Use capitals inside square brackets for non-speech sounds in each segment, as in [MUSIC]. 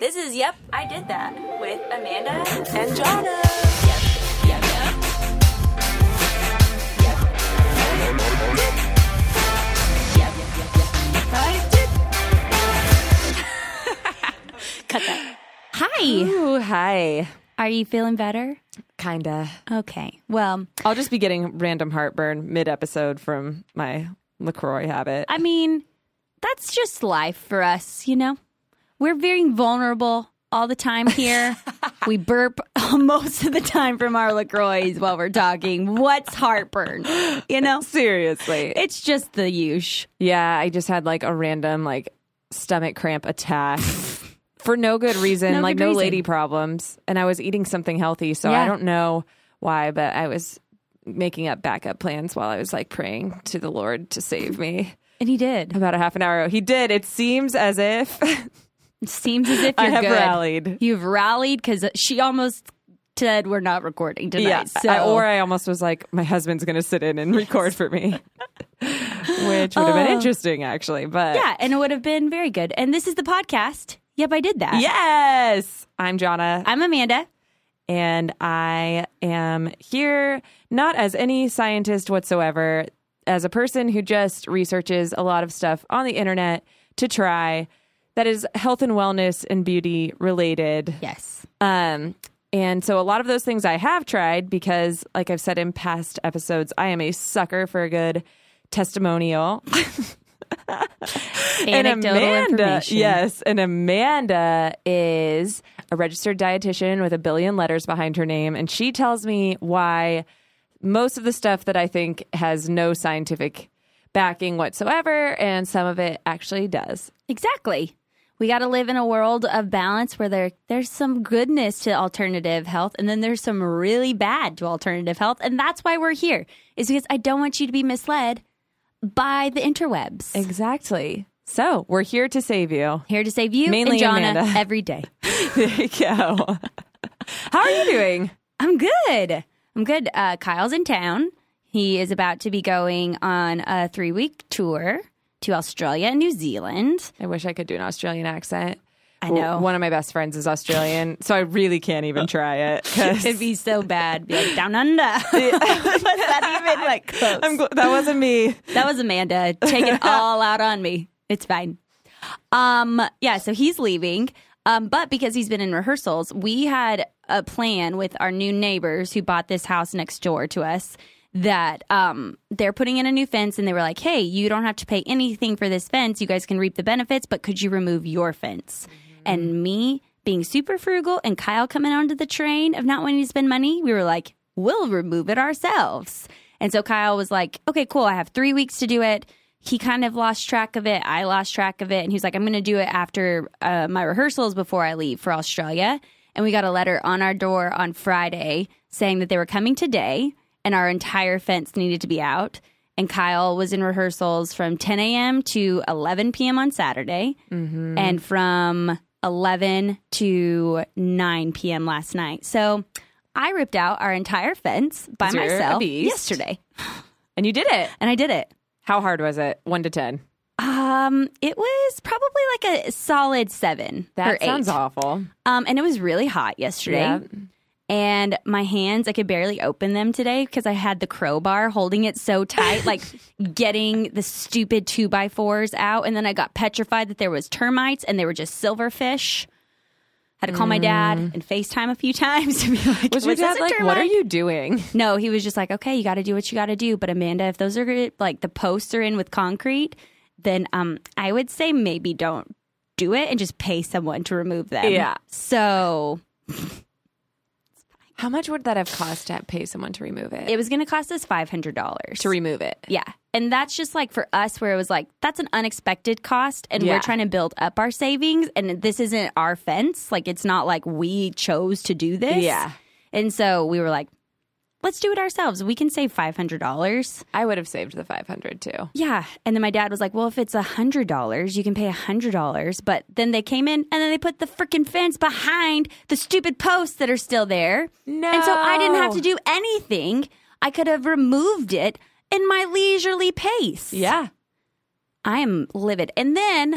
This is Yep, I Did That with Amanda and Jonna. Yep, yep, yep. Yep, yep, yep, yep. I did. Cut that. Hi. Ooh, hi. Are you feeling better? Kinda. Okay. Well, I'll just be getting random heartburn mid episode from my LaCroix habit. I mean, that's just life for us, you know? We're very vulnerable all the time [LAUGHS] here. we burp [LAUGHS] most of the time from our LaCroix while we're talking. What's heartburn? You know? Seriously. It's just the usual. yeah, I just had like a random like stomach cramp [LAUGHS] attack. For no good reason, No like good no reason. lady problems. And I was eating something healthy, so Yeah. I don't know why, but I was making up backup plans while I was like praying to the Lord to save me. And he did. About a half an hour. ago. He did. It seems as if [LAUGHS] It seems as if I you're have good. rallied. You've rallied because she almost said we're not recording tonight. so. I- or I almost was like, my husband's going to sit in and record for me, [LAUGHS] Um, which would have been interesting, actually. But yeah, and it would have been very good. And this is the podcast. Yep, I did that. yes, I'm Jonna, I'm Amanda. and I am here not as any scientist whatsoever, as a person who just researches a lot of stuff on the internet to try that is health and wellness and beauty related. Yes. Um, and so a lot of those things I have tried because, like I've said in past episodes, I am a sucker for a good testimonial. Anecdotal information. yes, and Amanda is a registered dietitian with a billion letters behind her name, and she tells me why most of the stuff that I think has no scientific backing whatsoever, and some of it actually does. Exactly. We got to live in a world of balance where there there's some goodness to alternative health and then there's some really bad to alternative health and that's why we're here. Is because I don't want you to be misled by the interwebs. Exactly. So we're here to save you. [LAUGHS] Here to save you Mainly and Jonna [LAUGHS] Amanda. every day. There you go. [LAUGHS] How are you doing? I'm good. I'm good. Uh, Kyle's in town. He is about to be going on a 3-week tour to Australia and New Zealand. I wish I could do an Australian accent. I know. Oh. One of my best friends is Australian, so I really can't even [LAUGHS] try it. 'cause It'd be so bad. Be like down [LAUGHS] under. What's that even like close? I'm gl- [LAUGHS] that wasn't me. That was Amanda. Take it all out on me. It's fine. Um, yeah, so he's leaving. Um, but because he's been in rehearsals, we had a plan with our new neighbors who bought this house next door to us that um, they're putting in a new fence and they were like, hey, you don't have to pay anything for this fence. You guys can reap the benefits, but could you remove your fence? And me being super frugal and Kyle coming onto the train of not wanting to spend money, we were like, we'll remove it ourselves. And so Kyle was like, okay, cool. I have three weeks to do it. He kind of lost track of it. I lost track of it. And he was like, I'm going to do it after uh, my rehearsals before I leave for Australia. And we got a letter on our door on Friday saying that they were coming today and our entire fence needed to be out. And Kyle was in rehearsals from 10 a.m. to 11 p.m. on Saturday Mm-hmm. and from 11 to 9 p.m. last night. So I ripped out our entire fence by You're a myself beast. yesterday, And you did it. and I did it. How hard was it? One to ten. Um, it was probably like a solid seven That or eight. sounds awful. Um, and it was really hot yesterday. Yeah. And my hands, I could barely open them today because I had the crowbar holding it so tight, [LAUGHS] like getting the stupid two by fours out. And then I got petrified that there was termites and they were just silverfish. Had to call my dad and FaceTime a few [LAUGHS] times to be like, Mm. Was your this dad a like, "What are termite?" you doing?" [LAUGHS] No, he was just like, okay, you got to do what you got to do. But Amanda, if those are gonna- like the posts are in with concrete, then um, I would say maybe don't do it and just pay someone to remove them. Yeah. So How much would that have cost to pay someone to remove it? it was going to cost us five hundred dollars to remove it. Yeah. And that's just like for us where it was like, that's an unexpected cost and Yeah. we're trying to build up our savings and this isn't our fence. Like it's not like we chose to do this. Yeah. And so we were like, let's do it ourselves. We can save five hundred dollars. I would have saved the five hundred too. Yeah. And then my dad was like, well, if it's a hundred dollars, you can pay a hundred dollars. But then they came in and then they put the freaking fence behind the stupid posts that are still there. No. And so I didn't have to do anything. I could have removed it in my leisurely pace. Yeah, I am livid. And then,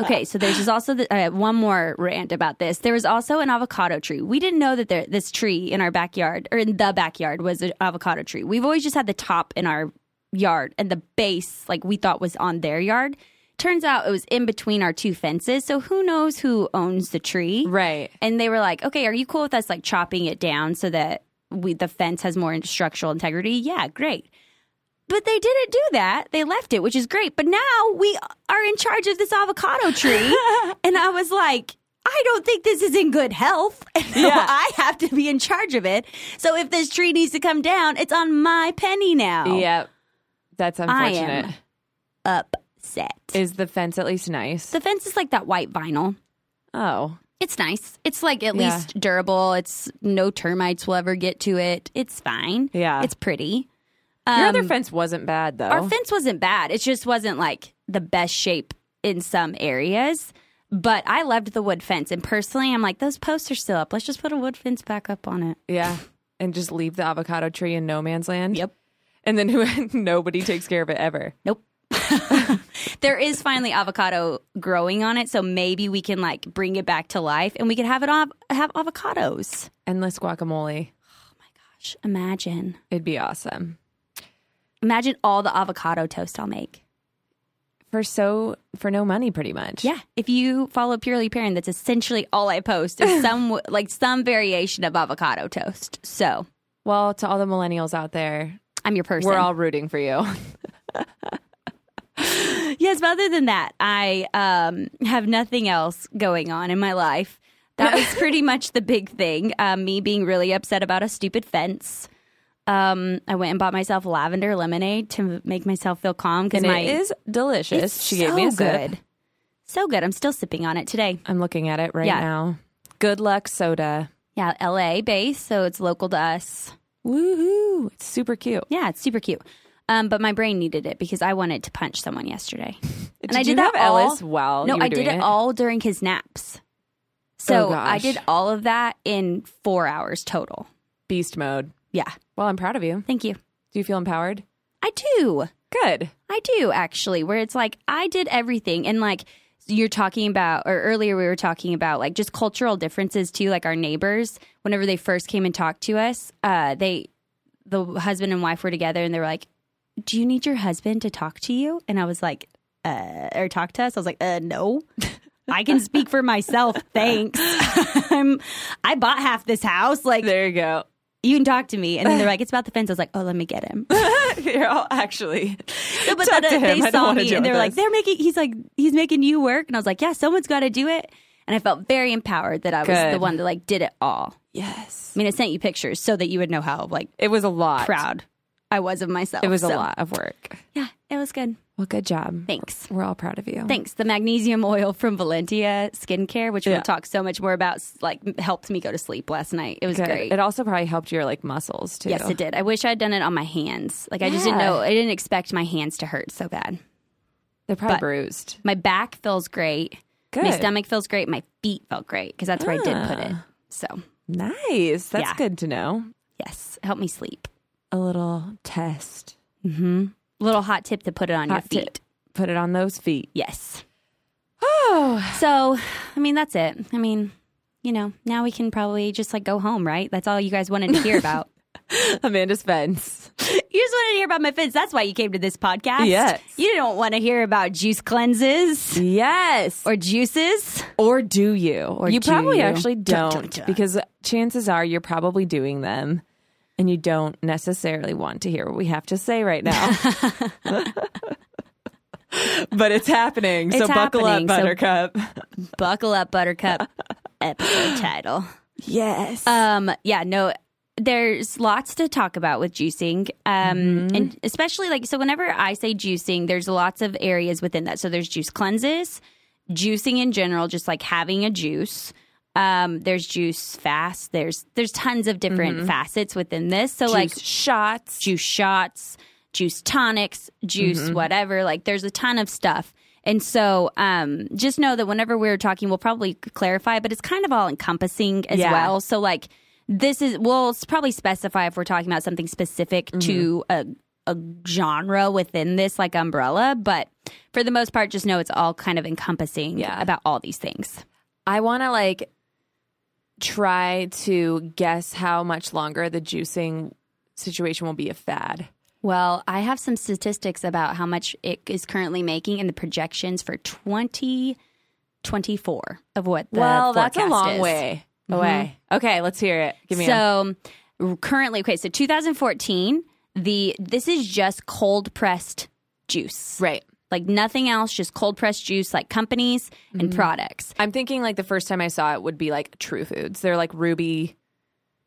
okay, so there's just also the, uh, one more rant about this. There was also an avocado tree. We didn't know that there, this tree in our backyard or in the backyard was an avocado tree. We've always just had the top in our yard and the base, like we thought was on their yard. Turns out it was in between our two fences. So who knows who owns the tree? Right. And they were like, "Okay, are you cool with us like chopping it down so that we the fence has more structural integrity?" Yeah, great. But they didn't do that. They left it, which is great. But now we are in charge of this avocado tree, and I was like, I don't think this is in good health. [LAUGHS] And so Yeah. I have to be in charge of it. So if this tree needs to come down, it's on my penny now. Yep. That's Oh. I unfortunate. am Upset. Is the fence at least nice? the fence is like that white vinyl. oh. It's nice. It's like at Yeah. least durable. It's no termites will ever get to it. It's fine. Yeah. It's pretty. Your other Um, fence wasn't bad though. Our fence wasn't bad. It just wasn't like the best shape in some areas. But I loved the wood fence. And personally, I'm like, those posts are still up. Let's just put a wood fence back up on it. yeah. And just leave the avocado tree in no man's land. And then [LAUGHS] who- nobody takes care of it ever. [LAUGHS] Nope. there is finally avocado growing on it. So maybe we can like bring it back to life and we can have it on, have avocados. Endless guacamole. Gosh, imagine. It'd be awesome. Imagine all the avocado toast I'll make. For so for no money pretty much. Yeah, if you follow Purely Parent, that's essentially all I post is some [LAUGHS] like some variation of avocado toast. So Well, to all the millennials out there, I'm your person. we're all rooting for you. yes, but other than that, I um, have nothing else going on in my life. That [LAUGHS] was pretty much the big thing. Um, me being really upset about a stupid fence. Um, I went and bought myself lavender lemonade to make myself feel calm because And my it is delicious. it's she gave me a so sip. good, so good. I'm still sipping on it today. I'm looking at it right Yeah. now. Good luck soda. Yeah, L.A. based, so it's local to us. Woohoo. It's super cute. Yeah, it's super cute. Um, but my brain needed it because I wanted to punch someone yesterday. and I Did you did that have all, Ellis while No, Oh, you were I did doing it, it? all during his naps. So Oh, gosh. I did all of that in four hours total. Beast mode. Yeah. Well, I'm proud of you. Thank you. Do you feel empowered? I do. Good. I do actually, where it's like I did everything and like you're talking about or earlier we were talking about like just cultural differences too like our neighbors whenever they first came and talked to us uh they the husband and wife were together and they were like do you need your husband to talk to you and i was like uh or talk to us i was like uh no i can speak for myself thanks [LAUGHS] i'm i bought half this house like There you go. you can talk to me and then they're like it's about the fence i was like oh let me get him You're all actually. [LAUGHS] no, but Talk then to uh, him. I they don't saw wanna me deal and they're with like, this. they're making. He's like, he's making you work, and I was like, yeah, someone's got to do it. And I felt very empowered that I was Good. the one that like did it all. Yes. I mean, I sent you pictures so that you would know how like It was a lot. proud I was of myself. It was a So, lot of work. Yeah, it was good. Well, good job. Thanks. We're all proud of you. Thanks. The magnesium oil from Valentia Skincare, which Yeah. we'll talk so much more about, s- like helped me go to sleep last night. It was Good. great. It also probably helped your like muscles too. yes, it did. I wish I'd done it on my hands. Like I just didn't Yeah. know. I didn't expect my hands to hurt so bad. They're probably But- bruised. My back feels great. My Good. Ah. stomach feels great. My feet felt great because that's where I did put it. So, Nice. That's Yeah. good to know. yes, help me sleep. A little test. Little hot tip to put it on your Hot tip. feet. Put it on those feet. [GASPS] Yes. Oh, So, I mean, that's it. I mean, you know, now we can probably just like go home, right? That's all you guys wanted to [LAUGHS] hear about. Amanda's fence. you just wanted to hear about my fits. That's why you came to this podcast. Yes. You don't want to hear about juice cleanses Yes. or juices. Or do you? Or you do probably you? actually Dun, don't dun, dun. because chances are you're probably doing them and you don't necessarily want to hear what we have to say right now. [LAUGHS] but it's happening. so It's buckle happening, up, so- Buttercup. Buckle up, [LAUGHS] Buttercup. Episode title. Yes. Um, yeah, no, there's lots to talk about with juicing. Um, and especially like, so whenever I say juicing, there's lots of areas within that. So there's juice cleanses, juicing in general, just like having a juice. Um, there's juice fast. There's, there's tons of different facets within this. So like Juice shots. juice shots, juice tonics, juice Mm-hmm. whatever. Like there's a ton of stuff. And so um, just know that whenever we're talking, we'll probably clarify, but it's kind of all encompassing as Yeah. well. So like this is we'll s- probably specify if we're talking Mm-hmm. about something specific to a, a genre within this like umbrella, but for the most part, just know it's all kind of encompassing Yeah. about all these things. I want to like try to guess how much longer the juicing situation will be a fad. Well, I have some statistics about how much it is currently making and the projections for 2024 of what the well, that's a forecast long is. way away. Okay, let's hear it. Give me a so r- currently, okay, so 2014, the this is just cold pressed juice. right. Like nothing else, just cold pressed juice like companies and Mm-hmm. products. I'm thinking like the first time I saw it would be like True Foods. They're like Ruby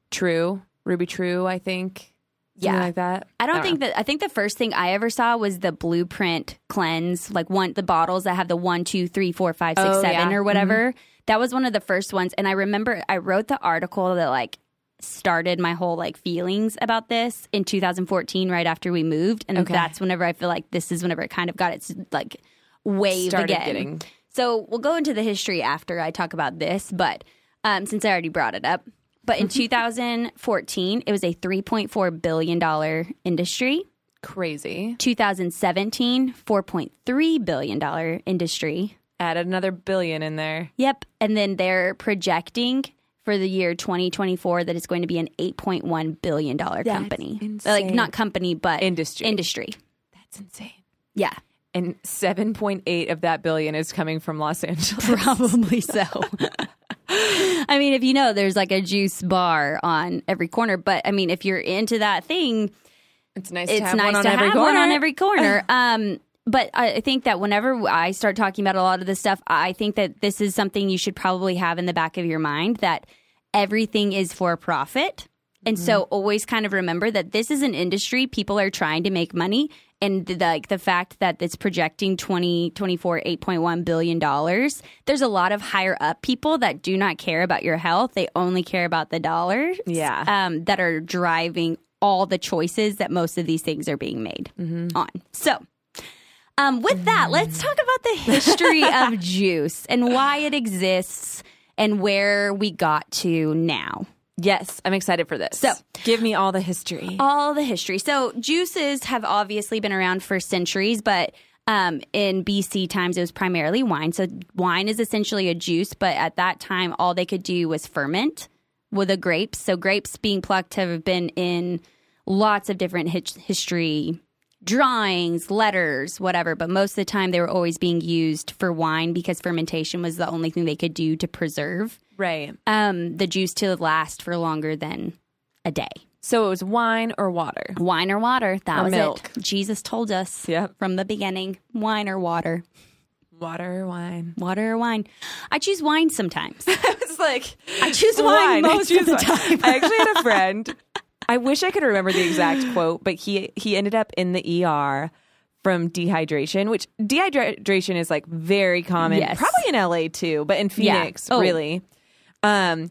True, Ruby True. I think. Something Yeah. like that. I don't think Uh-uh. that I think the first thing I ever saw was the blueprint cleanse, like one the bottles that have the one, two, three, four, five, six, seven, Oh, yeah. or whatever. That was one of the first ones. And I remember I wrote the article that like started my whole like feelings about this in 2014, right after we moved. And Okay. that's whenever I feel like this is whenever it kind of got its like wave Started again. getting- So we'll go into the history after I talk about this, but um, since I already brought it up. [LAUGHS] But in 2014, it was a $3.4 billion industry. crazy. 2017, $4.3 billion industry. Added another billion in there. Yep. And then they're projecting for the year 2024 that it's going to be an $8.1 billion company. Like, insane. not company, but Industry. Industry. That's insane. [LAUGHS] Yeah. And seven point eight of that billion is coming from Los Angeles. Probably so. [LAUGHS] I mean, if you know, there's like a juice bar on every corner. But I mean, if you're into that thing, [LAUGHS] It's nice. to it's have nice one on to every have corner. one on every [LAUGHS] corner. Um, but I I think that whenever I start talking about a lot of this stuff, I think that this is something you should probably have in the back of your mind that everything is for profit. And so Mm-hmm. always kind of remember that this is an industry people are trying to make money and the, like the fact that it's projecting 2024 8.1 billion dollars there's a lot of higher up people that do not care about your health they only care about the dollars Yeah. um, that are driving all the choices that most of these things are being made on. So, um, with that, let's talk about the history of juice and why it exists and where we got to now. Yes, I'm excited for this. So- give me all the history. All the history. So, juices have obviously been around for centuries, but um, in BC times, it was primarily wine. So, wine is essentially a juice, but at that time, all they could do was ferment with the grapes. So, grapes being plucked have been in lots of different his- history drawings, letters, whatever. But most of the time, they were always being used for wine because fermentation was the only thing they could do to preserve right. um, the juice to last for longer than a day So it was wine or water. wine or water. That Or was milk. it. Jesus told us Yep. from the beginning, wine or water, Water or wine. water or wine. I choose wine sometimes. [LAUGHS] It's like [LAUGHS] I choose wine, I most of choose the wine. time. I actually had a friend. I wish I could remember the exact quote, but he he ended up in the ER from dehydration, which dehydration is like very common, Yes. probably in LA too, but in Yeah. Phoenix Oh. really. Um,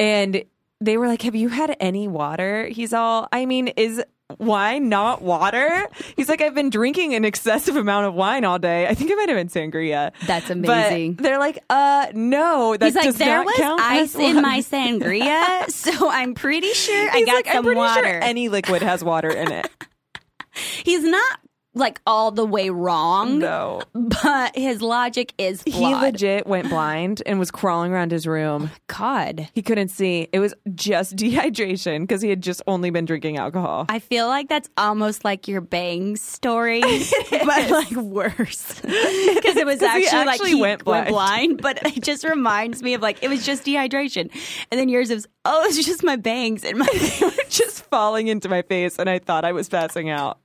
and they were like, "Have you had any water?" He's all, "I mean, is." Wine, not water. He's like, I've been drinking an excessive amount of wine all day. I think it might have been sangria. That's But amazing. they're like, uh, no. [LAUGHS] That He's like, does there not was count as ice in water." my [LAUGHS] sangria, so I'm pretty sure I He's got like, I'm some pretty water. Sure any liquid has water in [LAUGHS] it. He's not like all the way wrong, No. but his logic is He flawed. legit went blind and was crawling around his room. God. He couldn't see. It was just [LAUGHS] dehydration because he had just only been drinking alcohol. I feel like that's almost like your bangs [LAUGHS] story, but like worse. Because it was 'Cause actually, he like actually he went blind. but it just reminds me of like it was just dehydration. And then yours is, oh, it's just my bangs and my [LAUGHS] [LAUGHS] [LAUGHS] just falling into my face, and I thought I was passing out.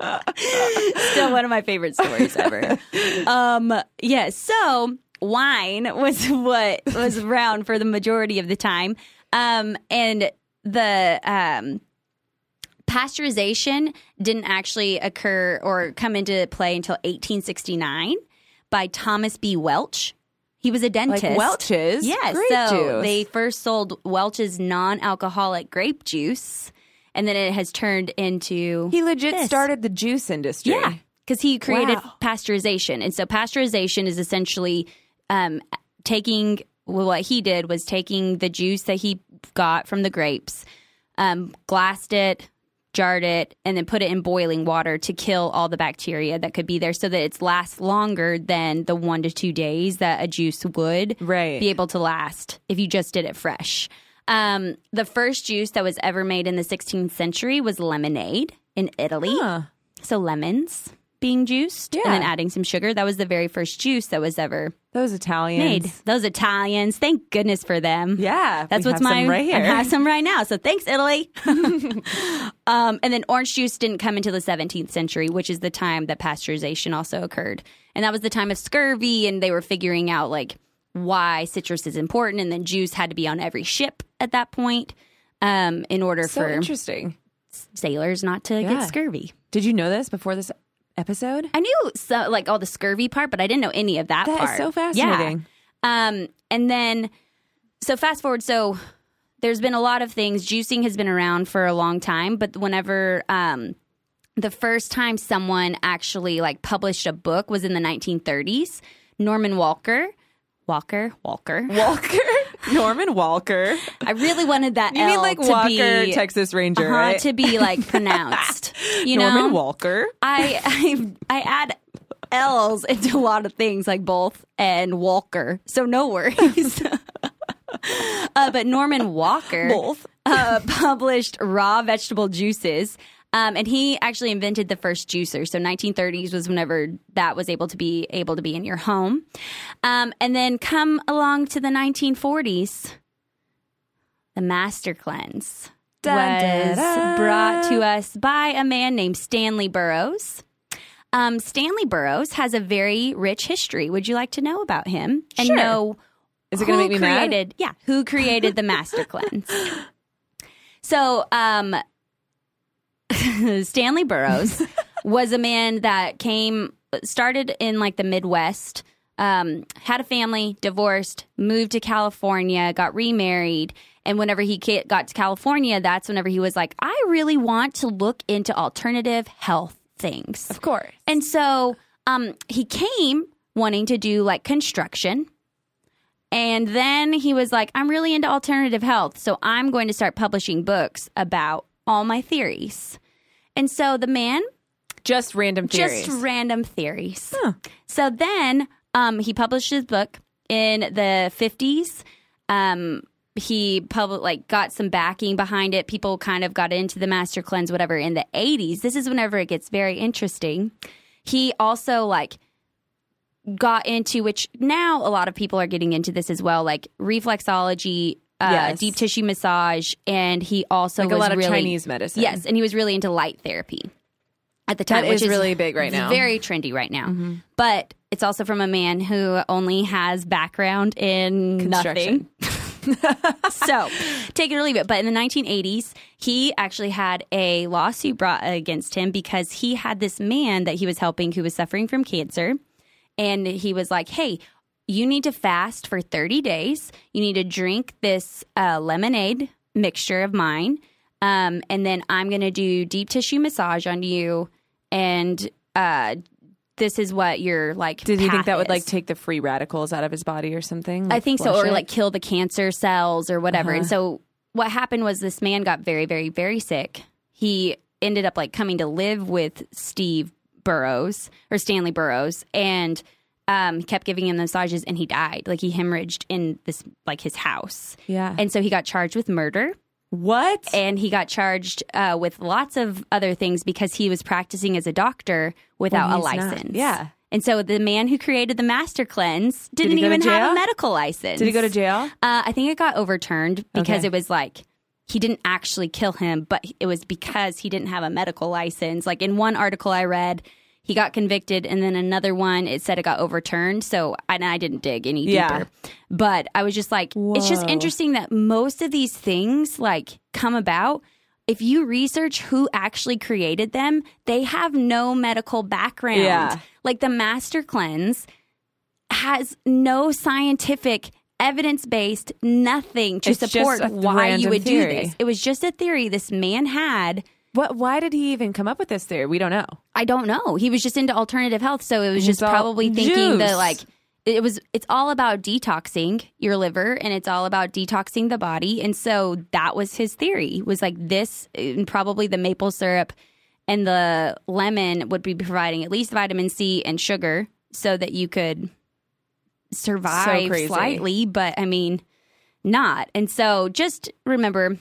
still one of my favorite stories [LAUGHS] ever. Um, yeah, so wine was what was around for the majority of the time. Um, and the um, pasteurization didn't actually occur or come into play until 1869 by Thomas B. Welch. He was a dentist. Welch's? Yes. Grape so juice. they first sold Welch's non-alcoholic grape juice, and then it has turned into He legit This. started the juice industry. yeah, because he created Wow. pasteurization, and so pasteurization is essentially um, taking well, what he did was taking the juice that he got from the grapes, um, glassed it, jarred it, and then put it in boiling water to kill all the bacteria that could be there so that it lasts longer than the one to two days that a juice would Right. be able to last if you just did it fresh. Um, the first juice that was ever made in the 16th century was lemonade in Italy. Huh. So lemons being juiced and then Yeah. adding some sugar. That was the very first juice that was ever Those Italians. made. Those Italians, thank goodness for them. Yeah. That's we what's have some my right here. I have some right now. So thanks, Italy. [LAUGHS] um, and then orange juice didn't come until the 17th century, which is the time that pasteurization also occurred, and that was the time of scurvy, and they were figuring out like why citrus is important, and then juice had to be on every ship at that point um, in order [LAUGHS] so for interesting. sailors not to Yeah. get scurvy. Did you know this before this episode? I knew so, like all the scurvy part, but I didn't know any of that, That is part. so Yeah. fascinating. Um, and then, so fast forward. So there's been a lot of things. Juicing has been around for a long time, but whenever um, the first time someone actually like published a book was in the 1930s. Norman Walker, Walker, Walker. [LAUGHS] Walker, Norman Walker. I really wanted that [LAUGHS] You mean L like to Walker, be, Texas Ranger, uh-huh, right? to be like [LAUGHS] pronounced. you know, Norman Walker. I, I I add L's into a lot of things like both and Walker, so no worries. [LAUGHS] uh, but Norman Walker Both. [LAUGHS] uh, published raw vegetable juices. Um, and he actually invented the first juicer. So 1930s was whenever that was able to be able to be in your home. Um, and then come along to the 1940s, the master cleanse Dun, dun, was dun. brought to us by a man named Stanley Burroughs. Um, Stanley Burroughs has a very rich history. Would you like to know about him and Sure. know Is it who going to make me mad? created? Yeah, who created the [LAUGHS] master cleanse? So, um, [LAUGHS] Stanley [LAUGHS] Burroughs was a man that came started in like the Midwest. Um, had a family, divorced, moved to California, got remarried, and whenever he ca- got to California, that's whenever he was like, "I really want to look into alternative health things." [LAUGHS] Of course. And so um, he came wanting to do like construction. And then he was like, I'm really into alternative health. So I'm going to start publishing books about all my theories. And so the man, Just random theories. just random theories. So then um, he published his book in the 50s. Um, he public like got some backing behind it. People kind of got into the master cleanse, whatever, in the 80s. This is whenever it gets very interesting. He also like got into which now a lot of people are getting into this as well, like reflexology, uh, Yes. deep tissue massage, and he also like a was lot of really- Chinese medicine. Yes, and he was really into light therapy at the time, That which is really big right it's now. Mm-hmm. Very trendy right now. But it's also from a man who only has background in nothing. Construction. so take it or leave it. But in the 1980s, he actually had a lawsuit brought against him because he had this man that he was helping who was suffering from cancer. And he was like, hey, you need to fast for 30 days. You need to drink this uh, lemonade mixture of mine. Um, and then I'm going to do deep tissue massage on you. And uh, this is what your like. Did he path think that would like is. take the free radicals out of his body or something? I think so, flush or it? like kill the cancer cells or whatever. And Uh-huh. so what happened was this man got very, very, very sick. He ended up like coming to live with Steve Burrows or Stanley Burrows, and um, kept giving him massages, and he died. Like he hemorrhaged in this like his house, yeah. and so he got charged with murder what? and he got charged uh, with lots of other things because he was practicing as a doctor without When a he's not. license. Yeah. And so the man who created the master cleanse didn't he go to even have jail? a medical license. Did he go to jail? Uh, I think it got overturned because Okay. it was like he didn't actually kill him, but it was because he didn't have a medical license. Like in one article I read, he got convicted, and then another one it said it got overturned. So and I didn't dig any deeper, Yeah. but I was just like, it's just Whoa. interesting that most of these things like come about. If you research who actually created them, they have no medical background. Yeah. Like the master cleanse, has no scientific evidence based nothing to It's just support a why you random would theory. do this. It was just a theory this man had. What? Why did he even come up with this theory? We don't know. I don't know. He was just into alternative health, so it was just all probably thinking juice. that like it was it's all about detoxing your liver and it's all about detoxing the body and so that was his theory was like this and probably the maple syrup and the lemon would be providing at least vitamin c and sugar so that you could survive crazy. slightly but i mean not and so just remember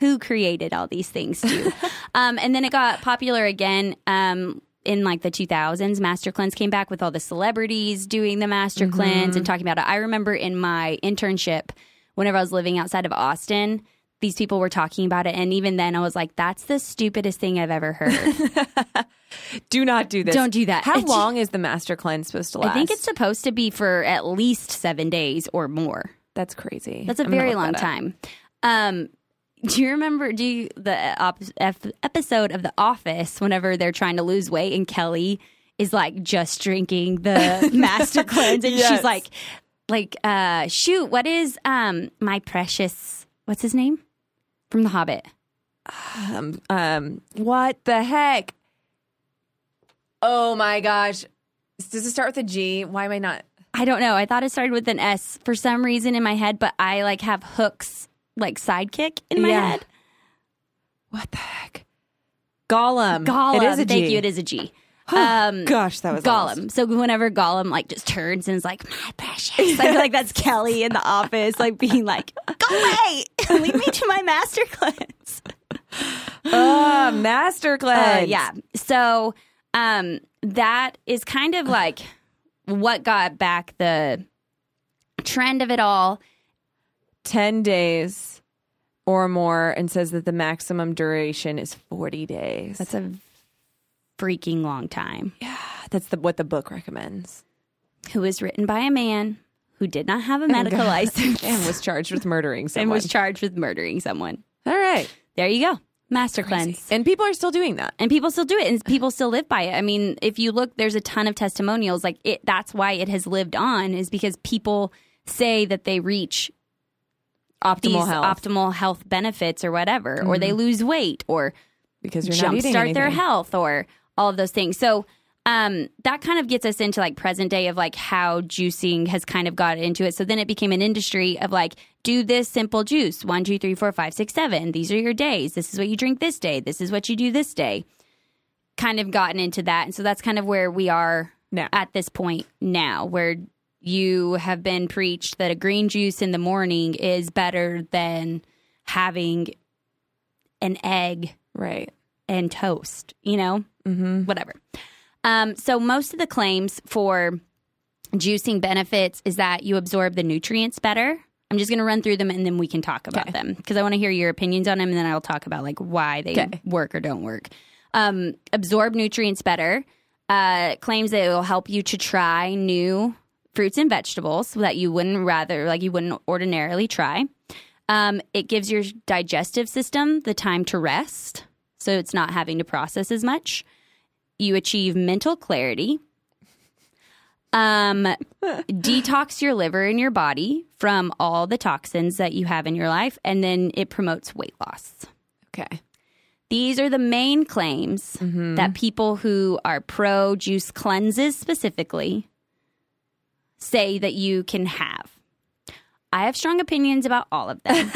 who created all these things [LAUGHS] too. um, and then it got popular again um, in like the 2000s. Master Cleanse came back with all the celebrities doing the Master Cleanse and talking about it. I remember in my internship, whenever I was living outside of Austin, these people were talking about it. And even then, I was like, that's the stupidest thing I've ever [LAUGHS] heard. Do not do this. Don't do that. How It's- long is the master cleanse supposed to last? I think it's supposed to be for at least seven days or more. that's crazy. That's a I'm gonna very look long that up. time. Um, do you remember do you, the op- ep- episode of The Office whenever they're trying to lose weight and Kelly is like just drinking [LAUGHS] the master cleanse and she's Yes. like like uh shoot what is um my precious what's his name from The Hobbit Um, um, what the heck? Oh my gosh! Does it start with a G? Why am I not? I don't know I thought it started with an S for some reason in my head but I like have hooks like sidekick in my Yeah. head What the heck? Gollum. Gollum It is a thank G. you it is a G um Gosh, that was almost- Gollum. So whenever Gollum like just turns and is like, "My precious," I feel like that's Kelly in the office, like being like, "Go away, [LAUGHS] leave me to my master cleanse." Ah, master Uh, cleanse. yeah. So um, that is kind of like what got back the trend of it all. ten days or more, and says that the maximum duration is forty days. That's a freaking long time. That's the what the book recommends. Who was written by a man who did not have a medical [LAUGHS] license And was charged with murdering someone. and was charged with murdering someone. All right. There you go, master cleanse. And people are still doing that. and people still do it and people still live by it i mean if you look there's a ton of testimonials like it that's why it has lived on is because people say that they reach Optimal these health. Mm-hmm. optimal health benefits or whatever or they lose weight or because you're not eating jumpstart their anything. health or all of those things so um, that kind of gets us into like present day of like how juicing has kind of got into it so then it became an industry of like do this simple juice one two three four five six seven these are your days this is what you drink this day this is what you do this day kind of gotten into that. And so that's kind of where we are Now. at this point now, where you have been preached that a green juice in the morning is better than having an egg Right. and toast, you know, mm-hmm. whatever. Um, so most of the claims for juicing benefits is that you absorb the nutrients better. I'm just going to run through them and then we can talk about Okay. them because I want to hear your opinions on them and then I'll talk about like why they Okay. work or don't work. Um, absorb nutrients better. Uh, claims that it will help you to try new fruits and vegetables that you wouldn't rather like you wouldn't ordinarily try. Um, it gives your digestive system the time to rest, so it's not having to process as much. You achieve mental clarity. Um, detox your liver and your body from all the toxins that you have in your life, and then it promotes weight loss. Okay. These are the main claims Mm-hmm. that people who are pro juice cleanses specifically say that you can have. I have strong opinions about all of [LAUGHS] them.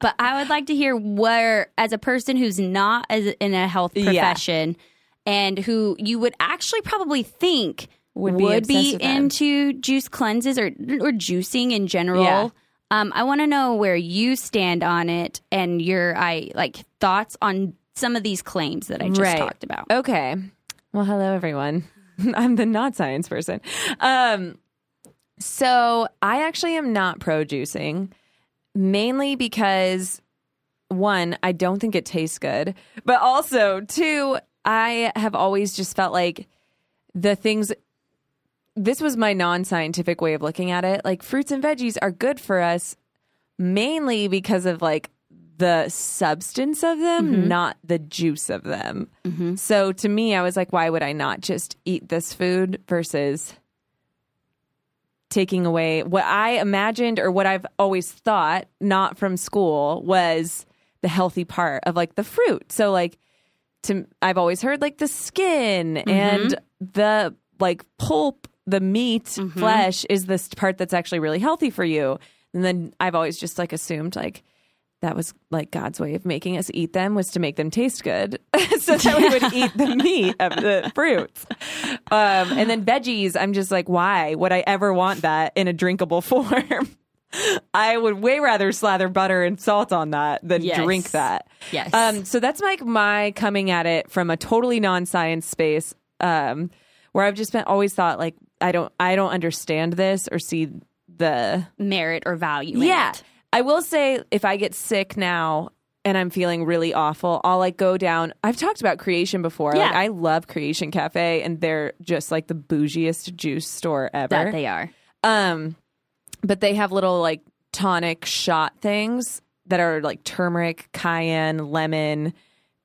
but I would like to hear where, as a person who's not as in a health Yeah. profession and who you would actually probably think would Would be, be obsessed with them. into juice cleanses or, or juicing in general. Yeah. Um, I want to know where you stand on it and your I like thoughts on some of these claims that I just Right. talked about. Okay. Well, hello everyone. [LAUGHS] I'm the not science person. Um so I actually am not pro juicing mainly because one, I don't think it tastes good, but also two, I have always just felt like the things this was my non-scientific way of looking at it. Like fruits and veggies are good for us mainly because of like the substance of them, not the juice of them. So to me, I was like, why would I not just eat this food versus taking away what I imagined or what I've always thought, not from school, was the healthy part of like the fruit. So like to I've always heard like the skin and the like pulp the meat flesh is this part that's actually really healthy for you. And then I've always just like assumed like that was like God's way of making us eat them was to make them taste good, [LAUGHS] so that we would eat the meat of the fruits. Um, and then veggies, I'm just like, why would I ever want that in a drinkable [LAUGHS] form? I would way rather slather butter and salt on that than Yes. drink that. Yes. Um, so that's like my coming at it from a totally non-science space, um, where I've just been always thought like I don't I don't understand this or see the merit or value. in yeah. it. I will say if I get sick now and I'm feeling really awful, I'll like go down. I've talked about creation before. Like Yeah. I love Creation Cafe and they're just like the bougiest juice store ever. that they are. Um, but they have little like tonic shot things that are like turmeric, cayenne, lemon,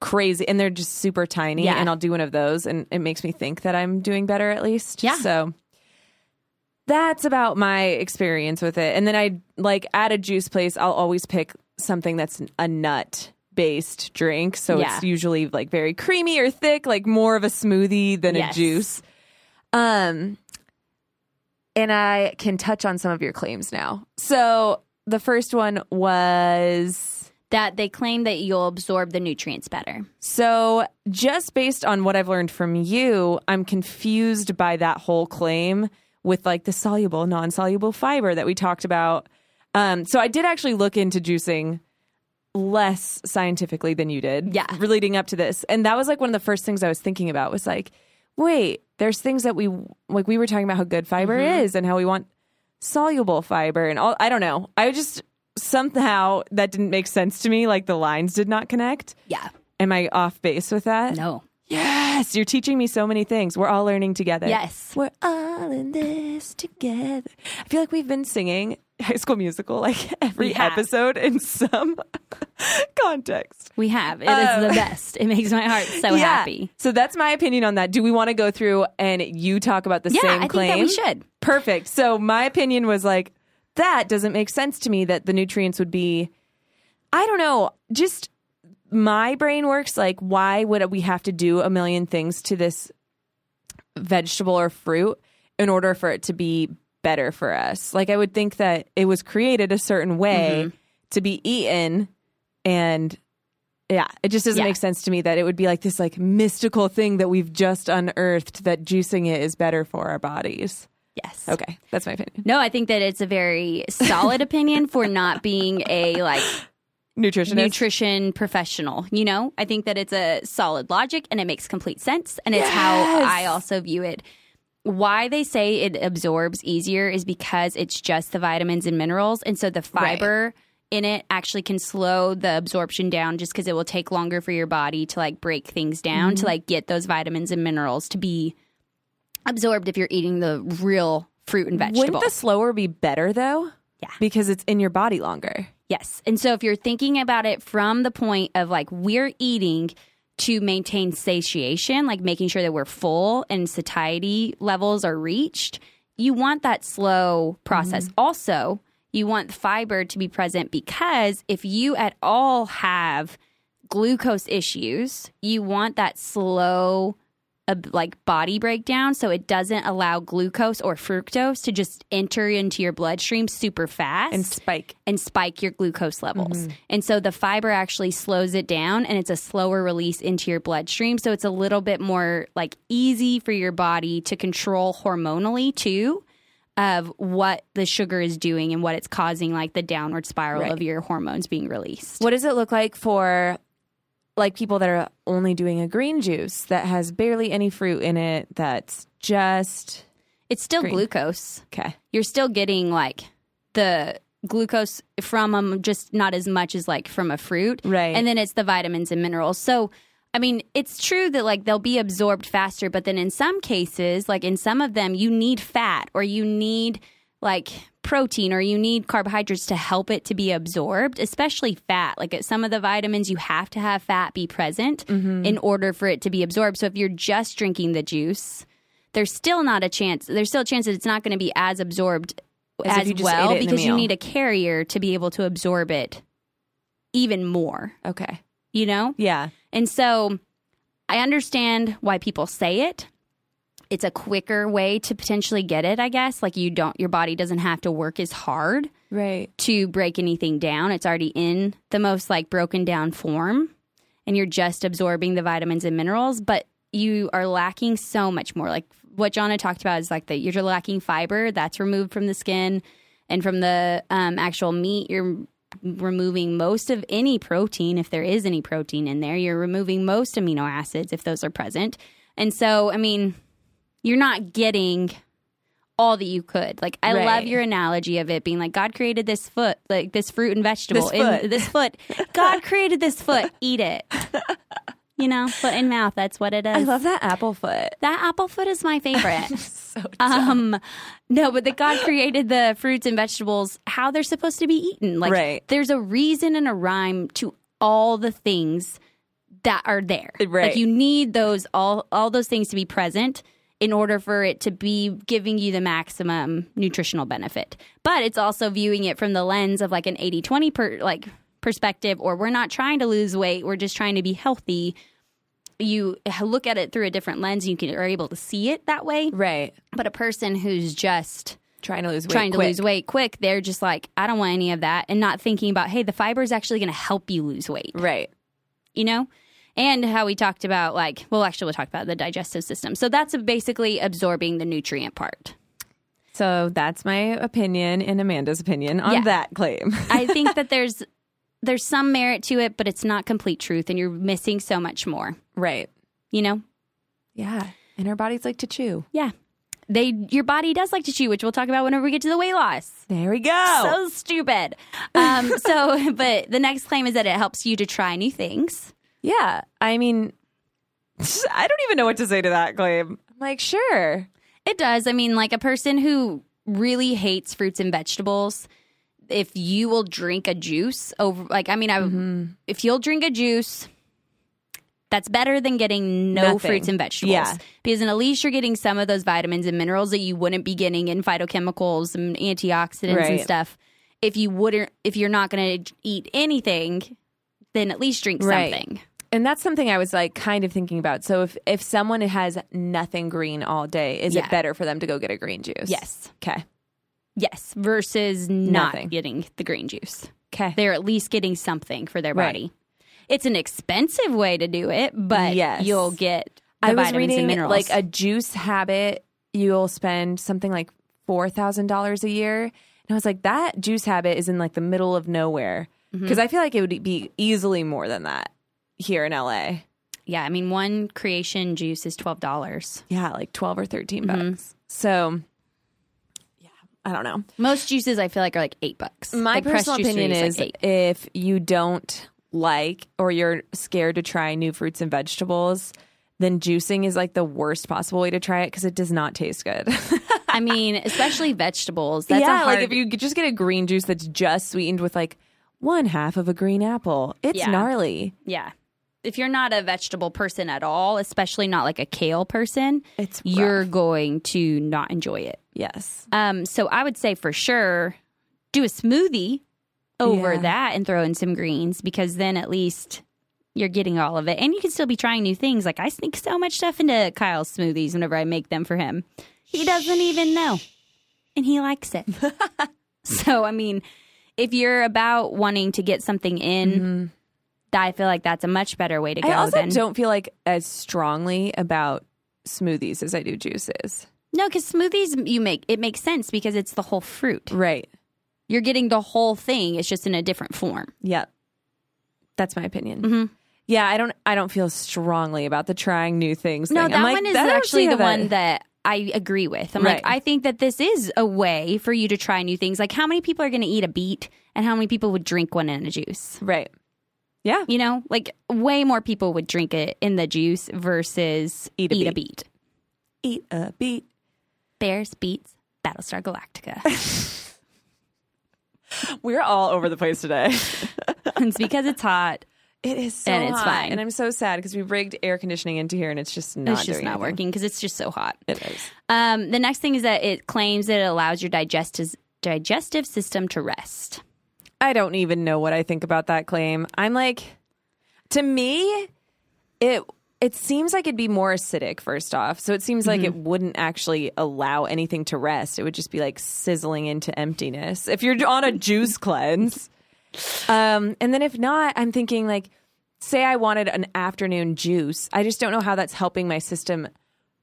crazy, and they're just super tiny. Yeah. And I'll do one of those, and it makes me think that I'm doing better at least. Yeah. So that's about my experience with it. And then I like at a juice place, I'll always pick something that's a nut based drink. So Yeah. it's usually like very creamy or thick, like more of a smoothie than Yes. a juice. Um, and I can touch on some of your claims now. So the first one was That they claim that you'll absorb the nutrients better. so just based on what I've learned from you, I'm confused by that whole claim with like the soluble, non soluble fiber that we talked about. Um, so I did actually look into juicing less scientifically than you did. Yeah. Leading up to this. And that was like one of the first things I was thinking about was like, wait, there's things that we like we were talking about how good fiber is and how we want soluble fiber and all I don't know. I just somehow that didn't make sense to me. Like the lines did not connect. Yeah. Am I off base with that? No. Yes, you're teaching me so many things. We're all learning together. Yes. We're all in this together. I feel like we've been singing High School Musical like every We have. episode in some [LAUGHS] context. We have. It is the best. It makes my heart so Oh. [LAUGHS] Yeah. happy. So that's my opinion on that. Do we want to go through and you talk about the Yeah, I same think claim? that we should. Perfect. So my opinion was like that doesn't make sense to me that the nutrients would be I don't know, just my brain works like why would we have to do a million things to this vegetable or fruit in order for it to be better for us? Like I would think that it was created a certain way Mm-hmm. to be eaten and yeah, it just doesn't Yeah. make sense to me that it would be like this like mystical thing that we've just unearthed that juicing it is better for our bodies. Yes. Okay, that's my opinion. No, I think that it's a very solid opinion for not being a like Nutritionist. nutrition professional. You know, I think that it's a solid logic and it makes complete sense. And it's how Yes. I also view it. Why they say it absorbs easier is because it's just the vitamins and minerals. And so the Right. fiber in it actually can slow the absorption down just because it will take longer for your body to like break things down Mm-hmm. to like get those vitamins and minerals to be absorbed if you're eating the real fruit and vegetables. Wouldn't the slower be better though? Yeah. Because it's in your body longer. Yes. And so if you're thinking about it from the point of like we're eating to maintain satiation, like making sure that we're full and satiety levels are reached, you want that slow process. Also, you want fiber to be present because if you at all have glucose issues, you want that slow uh, like body breakdown so it doesn't allow glucose or fructose to just enter into your bloodstream super fast And spike. and spike your glucose levels. And so the fiber actually slows it down and it's a slower release into your bloodstream. So it's a little bit more like easy for your body to control hormonally too of what the sugar is doing and what it's causing like the downward spiral Right. of your hormones being released. What does it look like for like people that are only doing a green juice that has barely any fruit in it that's just It's still Green. glucose. okay. You're still getting like the glucose from them just not as much as like from a fruit. Right. and then it's the vitamins and minerals. So, I mean, it's true that like they'll be absorbed faster, but then in some cases, like in some of them, you need fat or you need like protein or you need carbohydrates to help it to be absorbed, especially fat. Like at some of the vitamins, you have to have fat be present in order for it to be absorbed. So, if you're just drinking the juice, there's still not a chance. There's still a chance that it's not going to be as absorbed As if as, you just ate well it in a because you meal. need a carrier to be able to absorb it even more Okay. you know? Yeah. And so I understand why people say it. it's a quicker way to potentially get it, I guess. Like you don't your body doesn't have to work as hard Right. to break anything down. It's already in the most like broken down form and you're just absorbing the vitamins and minerals, but you are lacking so much more. Like what Jonna talked about is like that you're lacking fiber that's removed from the skin and from the um, actual meat. You're removing most of any protein if there is any protein in there. You're removing most amino acids if those are present. And so, I mean, you're not getting all that you could. Like I Right. love your analogy of it being like God created this foot, like this fruit and vegetable This in foot. this foot. God created this foot. Eat it. You know, foot and mouth. That's what it is. I love that apple foot. that apple foot is my [LAUGHS] favorite. um, no, but that God created the fruits and vegetables how they're supposed to be eaten. Like Right. there's a reason and a rhyme to all the things that are there. Right. Like you need those all all those things to be present in order for it to be giving you the maximum nutritional benefit. But it's also viewing it from the lens of like an 80-20 per, like perspective or we're not trying to lose weight, we're just trying to be healthy. You look at it through a different lens, and you can, are able to see it that way. Right. But a person who's just Trying to lose weight. trying to quick. lose weight quick, they're just like, I don't want any of that. And not thinking about, hey, the fiber is actually going to help you lose weight, Right. you know? And how we talked about, like, well, actually, we'll talk about the digestive system. So that's basically absorbing the nutrient part. So that's my opinion and Amanda's opinion on Yeah. that claim. [LAUGHS] I think that there's. [LAUGHS] There's some merit to it, but it's not complete truth, and you're missing so much more. right. You know, Yeah. And our bodies like to chew. yeah, they your body does like to chew, which we'll talk about whenever we get to the weight loss. There we go. so stupid. [LAUGHS] Um, so, but the next claim is that it helps you to try new things. yeah. I mean, [LAUGHS] I don't even know what to say to that claim. I'm like, sure. It does. I mean, like a person who really hates fruits and vegetables, if you will drink a juice over, like, I mean, I, Mm-hmm. if you'll drink a juice, that's better than getting no Nothing. fruits and vegetables. Yeah. Because then at least you're getting some of those vitamins and minerals that you wouldn't be getting in phytochemicals and antioxidants Right. and stuff. If you wouldn't, if you're not going to eat anything, then at least drink Right. something. And that's something I was like kind of thinking about. So if if someone has nothing green all day, is Yeah. it better for them to go get a green juice? Yes. Okay. Yes. Versus not Nothing. getting the green juice. Okay. they're at least getting something for their Right. body. It's an expensive way to do it, but Yes. you'll get the I was vitamins reading and minerals. like a juice habit. You'll spend something like four thousand dollars a year, and I was like, that juice habit is in like the middle of nowhere Mm-hmm. because I feel like it would be easily more than that here in LA. yeah, I mean, one creation juice is twelve dollars. Yeah, like twelve or 13 Mm-hmm. bucks. So, yeah, I don't know. Most juices I feel like are like eight bucks. My Like, pressed personal juice opinion really is like eight. if you don't like or you're scared to try new fruits and vegetables, then juicing is like the worst possible way to try it because it does not taste good. [LAUGHS] I mean, especially vegetables. That's yeah, a hard, like if you could just get a green juice that's just sweetened with like one half of a green apple, it's Yeah. gnarly. yeah. If you're not a vegetable person at all, especially not like a kale person, It's you're going to not enjoy it. Yes, Um, so I would say for sure do a smoothie over Yeah. that and throw in some greens because then at least you're getting all of it. And you can still be trying new things. Like I sneak so much stuff into Kyle's smoothies whenever I make them for him. He doesn't even know. And he likes [LAUGHS] it. so I mean, if you're about wanting to get something in, I feel like that's a much better way to go Mm-hmm. I also than don't feel like as strongly about smoothies as I do juices. No, because smoothies you make it makes sense because it's the whole fruit. Right? You're getting the whole thing, it's just in a different form. Yeah, that's my opinion. Mm-hmm. Yeah, I don't. I don't feel strongly about the trying new things. No, thing. that I'm like, one is I don't actually see the how that- one that I agree with. I'm like, Right. I think that this is a way for you to try new things. Like, how many people are going to eat a beet, and how many people would drink one in a juice? Right. Yeah. You know, like way more people would drink it in the juice versus Eat a eat a beet. beet. Eat a beet. Bears beats Battlestar Galactica. [LAUGHS] We're all over the [LAUGHS] place today. it's because it's hot. It is so And it's hot, fine. and I'm so sad because we rigged air conditioning into here, and it's just [LAUGHS] not. It's just doing not anything. working because it's just so hot. It is. Um, the next thing is that it claims that it allows your digestive digestive system to rest. I don't even know what I think about that claim. I'm like, to me, it it seems like it'd be more acidic first off so it seems like Mm-hmm. it wouldn't actually allow anything to rest it would just be like sizzling into emptiness if you're on a juice cleanse um, and then if not i'm thinking like say i wanted an afternoon juice i just don't know how that's helping my system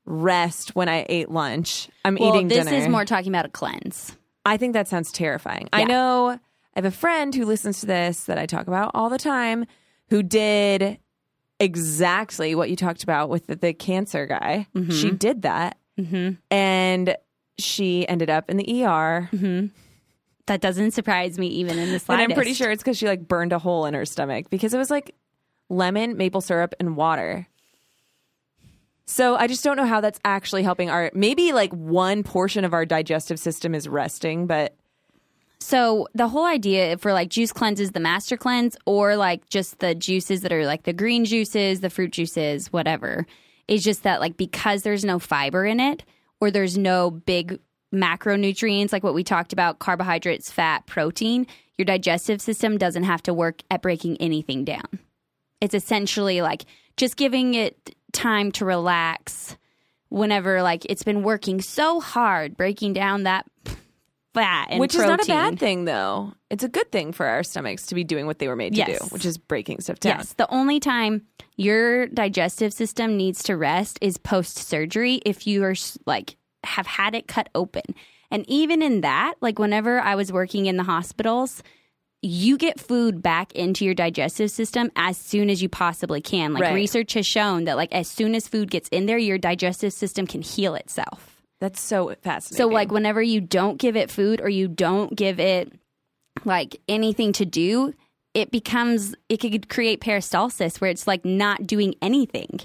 rest when i ate lunch i'm Well, eating this dinner is more talking about a cleanse. I think that sounds terrifying. I Yeah. know I have a friend who listens to this that I talk about all the time who did exactly what you talked about with the, the cancer guy. She did that Mhm. and she ended up in the ER. That doesn't surprise me even in the And slightest. I'm pretty sure it's because she like burned a hole in her stomach because it was like lemon, maple syrup, and water. So I just don't know how that's actually helping our maybe like one portion of our digestive system is resting, but So the whole idea for like juice cleanses, the master cleanse, or like just the juices that are like the green juices, the fruit juices, whatever, is just that like because there's no fiber in it, or there's no big macronutrients like what we talked about carbohydrates, fat, protein, your digestive system doesn't have to work at breaking anything down. It's essentially like just giving it time to relax whenever like it's been working so hard breaking down that fat and which is not a protein. bad thing though it's a good thing for our stomachs to be doing what they were made to do Yes. which is breaking stuff down Yes, the only time your digestive system needs to rest is post surgery if you are s- like have had it cut open. And even in that, like whenever I was working in the hospitals, you get food back into your digestive system as soon as you possibly can. Like Right. research has shown that like as soon as food gets in there, your digestive system can heal itself. that's so fascinating So like whenever you don't give it food or you don't give it like anything to do, it becomes it could create peristalsis where it's like not doing anything.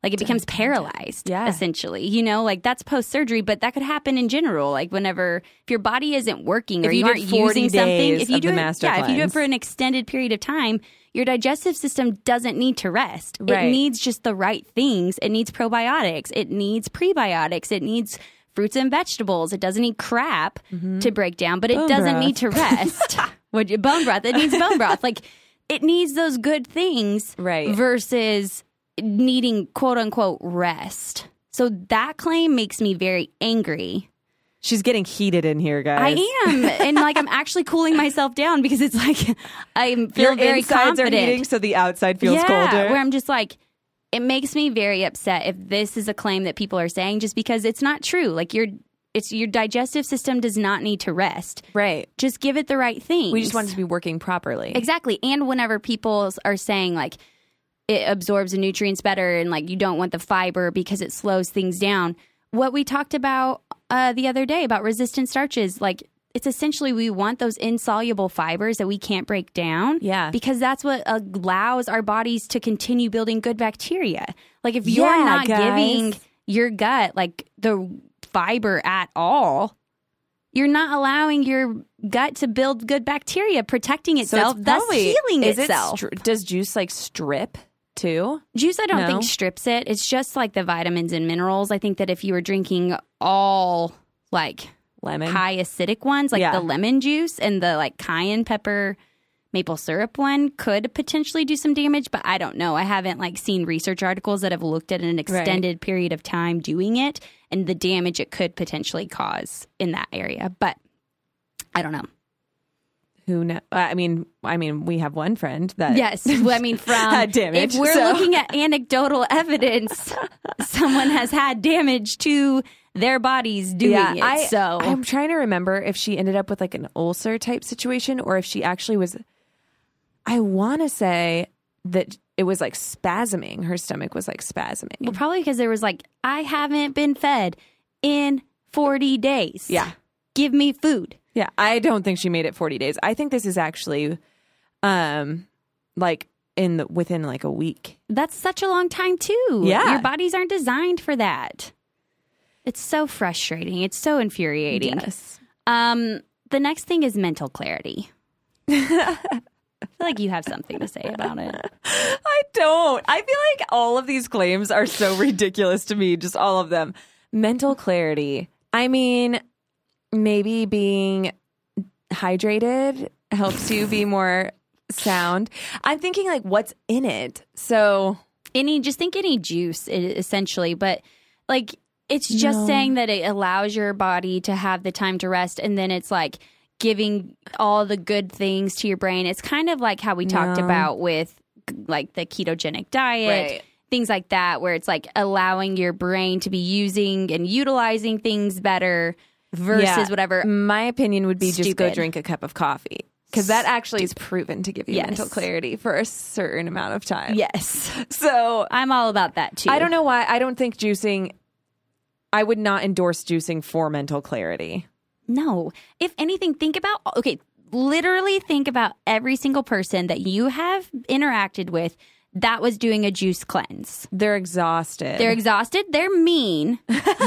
Like it becomes paralyzed Yeah. essentially. You know, like that's post surgery, but that could happen in general. Like whenever if your body isn't working or If you did aren't 40 using something, days if you of do the it, Master yeah, if you do it Cleanse. for an extended period of time, your digestive system doesn't need to rest. Right. It needs just the right things. It needs probiotics. It needs prebiotics. It needs fruits and vegetables. It doesn't need crap Mm-hmm. to break down, but it doesn't breath. need to [LAUGHS] rest. Would you bone broth? It needs bone broth. Like it needs those good things Right. versus needing quote unquote rest. So that claim makes me very angry. she's getting heated in here guys I am, and like [LAUGHS] I'm actually cooling myself down because it's like I feel your very insides confident. are heating so the outside feels yeah, colder where I'm just like, it makes me very upset if this is a claim that people are saying just because it's not true. Like your, it's your digestive system does not need to rest. right Just give it the right thing. we just want it to be working properly Exactly. And whenever people are saying like it absorbs the nutrients better and like you don't want the fiber because it slows things down, what we talked about uh, the other day about resistant starches, like it's essentially we want those insoluble fibers that we can't break down. Yeah. Because that's what uh, allows our bodies to continue building good bacteria. Like if you're Yeah, not guys. giving your gut like the fiber at all, you're not allowing your gut to build good bacteria, protecting so it's itself, thus probably- healing is itself. it stri- does juice like strip too Juice, I don't No. think strips it. It's just like the vitamins and minerals. I think that if you were drinking all like lemon high acidic ones, like Yeah. the lemon juice and the like cayenne pepper maple syrup one, could potentially do some damage. But I don't know. I haven't like seen research articles that have looked at an extended period of time doing it and the damage it could potentially cause in that area. But I [LAUGHS] don't know. who know i mean i mean we have one friend that Yes, well, I mean from [LAUGHS] Had damage, If we're so. looking [LAUGHS] at anecdotal evidence, someone has had damage to their bodies doing it. I, so I'm trying to remember if she ended up with like an ulcer type situation or if she actually was. I want to say that it was like spasming. Her stomach was like spasming. well, probably because there was like, I haven't been fed in 40 days. Yeah. give me food. Yeah, I don't think she made it 40 days. I think this is actually, um, like in the within like a week. That's such a long time too. Yeah. your bodies aren't designed for that. It's so frustrating. It's so infuriating. Yes. Um, the next thing is mental clarity. [LAUGHS] I feel like you have something to say about it. I don't. I feel like all of these claims are so [LAUGHS] ridiculous to me, just all of them. Mental clarity. I mean, maybe being hydrated helps you be more sound. I'm thinking like what's in it. So any just think any juice i- essentially but like it's just saying that it allows your body to have the time to rest and then it's like giving all the good things to your brain it's kind of like how we talked No. about with like the ketogenic diet Right. things like that where it's like allowing your brain to be using and utilizing things better versus Yeah. whatever My opinion would be just go Stupid. drink a cup of coffee because that actually is proven to give you Yes. mental clarity for a certain amount of time. yes So [LAUGHS] i'm all about that too I don't know why. I don't think juicing. I would not endorse juicing for mental clarity. No. If anything, think about okay, literally think about every single person that you have interacted with that was doing a juice cleanse. They're exhausted. They're exhausted, they're mean,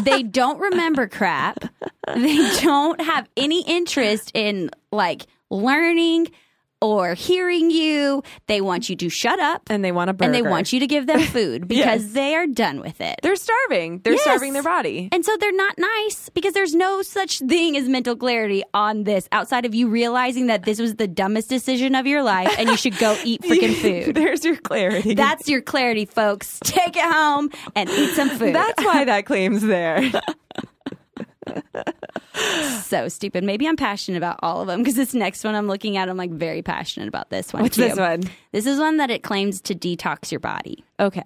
they don't remember crap, they don't have any interest in like learning or hearing you. They want you to shut up and they want a burger. and they want you to give them food because they are done with it. They're starving. They're Yes. starving their body. And so they're not nice because there's no such thing as mental clarity on this outside of you realizing that this was the dumbest decision of your life and you should [LAUGHS] go eat freaking food. There's your clarity. That's your clarity, folks. Take it home and eat some food. That's why that claim's there. so stupid. Maybe I'm passionate about all of them because this next one I'm looking at, I'm like very passionate about this one. What's too. this one? This is one that it claims to detox your body. Okay.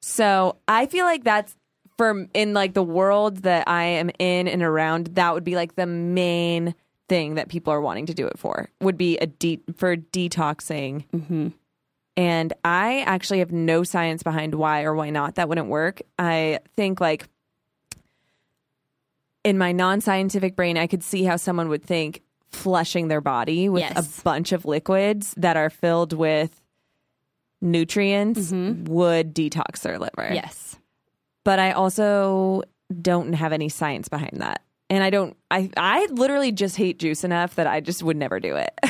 So I feel like that's from in like the world that I am in and around, that would be like the main thing that people are wanting to do it for would be a de- for detoxing. And I actually have no science behind why or why not that wouldn't work. I think like in my non-scientific brain, I could see how someone would think flushing their body with Yes. a bunch of liquids that are filled with nutrients would detox their liver. Mm-hmm. Yes. But I also don't have any science behind that. And I don't I I literally just hate juice enough that I just would never do it. [LAUGHS]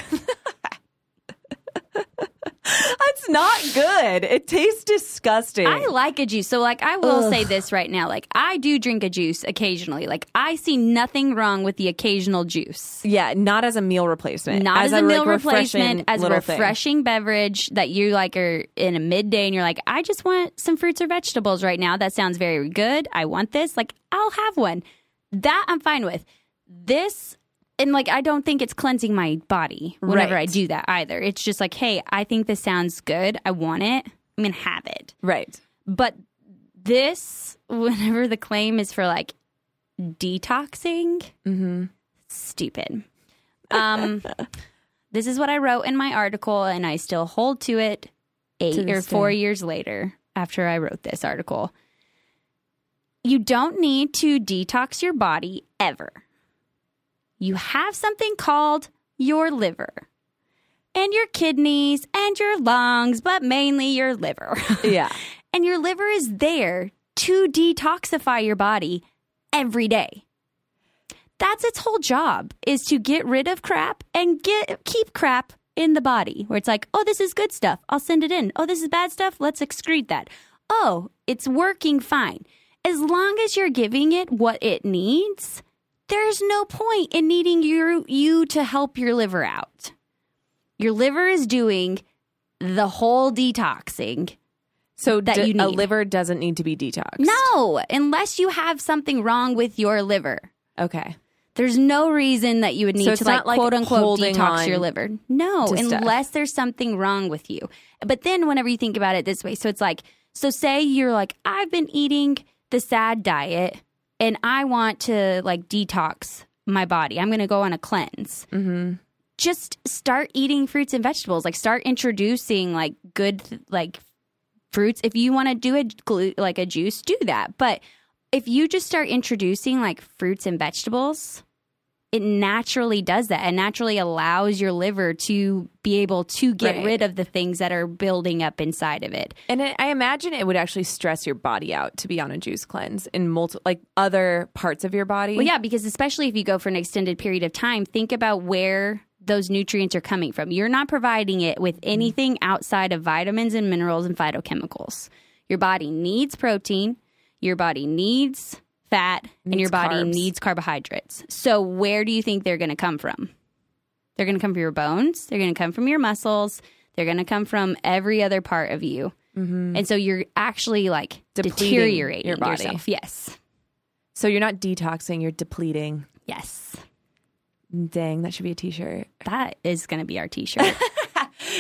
That's not good. It tastes disgusting. I like a juice. So, like, I will say this right now. Like, I do drink a juice occasionally. Like, I see nothing wrong with the occasional juice. yeah, not as a meal replacement. not as, a a meal like, refreshing replacement, as a little thing. refreshing beverage that you like are in a midday and you're like, I just want some fruits or vegetables right now. That sounds very good. I want this. Like, I'll have one. That I'm fine with. This and like I don't think it's cleansing my body whenever Right. I do that either. It's just like, hey, I think this sounds good. I want it. I'm gonna have it. Right. But this, [LAUGHS] whenever the claim is for like detoxing, Mm-hmm. stupid. [LAUGHS] Um, this is what I wrote in my article, and I still hold to it eight To or this four day. years later after I wrote this article. You don't need to detox your body ever. You have something called your liver and your kidneys and your lungs, but mainly your liver. [LAUGHS] Yeah. And your liver is there to detoxify your body every day. That's its whole job is to get rid of crap and get keep crap in the body where it's like, "Oh, this is good stuff. I'll send it in. Oh, this is bad stuff. Let's excrete that." Oh, it's working fine. As long as you're giving it what it needs, there's no point in needing you you to help your liver out. Your liver is doing the whole detoxing So That d- you a need. liver doesn't need to be detoxed. No, unless you have something wrong with your liver. Okay. There's no reason that you would need So it's to like, not like quote unquote holding detox on your liver. No, to stuff. unless there's something wrong with you. But then whenever you think about it this way, so it's like so say you're like I've been eating the sad diet and I want to like detox my body. I'm going to go on a cleanse. Mm-hmm. Just start eating fruits and vegetables. Like start introducing like good like fruits. If you want to do a glu- like a juice, do that. But if you just start introducing like fruits and vegetables, it naturally does that and naturally allows your liver to be able to get Right. rid of the things that are building up inside of it. And it, I imagine it would actually stress your body out to be on a juice cleanse in multi, like other parts of your body. Well, yeah, because especially if you go for an extended period of time, think about where those nutrients are coming from. You're not providing it with Mm-hmm. anything outside of vitamins and minerals and phytochemicals. Your body needs protein, your body needs fat, and Needs your body carbs. needs carbohydrates. So, where do you think they're going to come from? They're going to come from your bones, they're going to come from your muscles, they're going to come from every other part of you. and so you're actually like Mm-hmm. Depleting deteriorating your body. yourself. Yes, So you're not detoxing, you're depleting. yes, Dang, that should be a t [LAUGHS] shirt. that is going to be our T-shirt.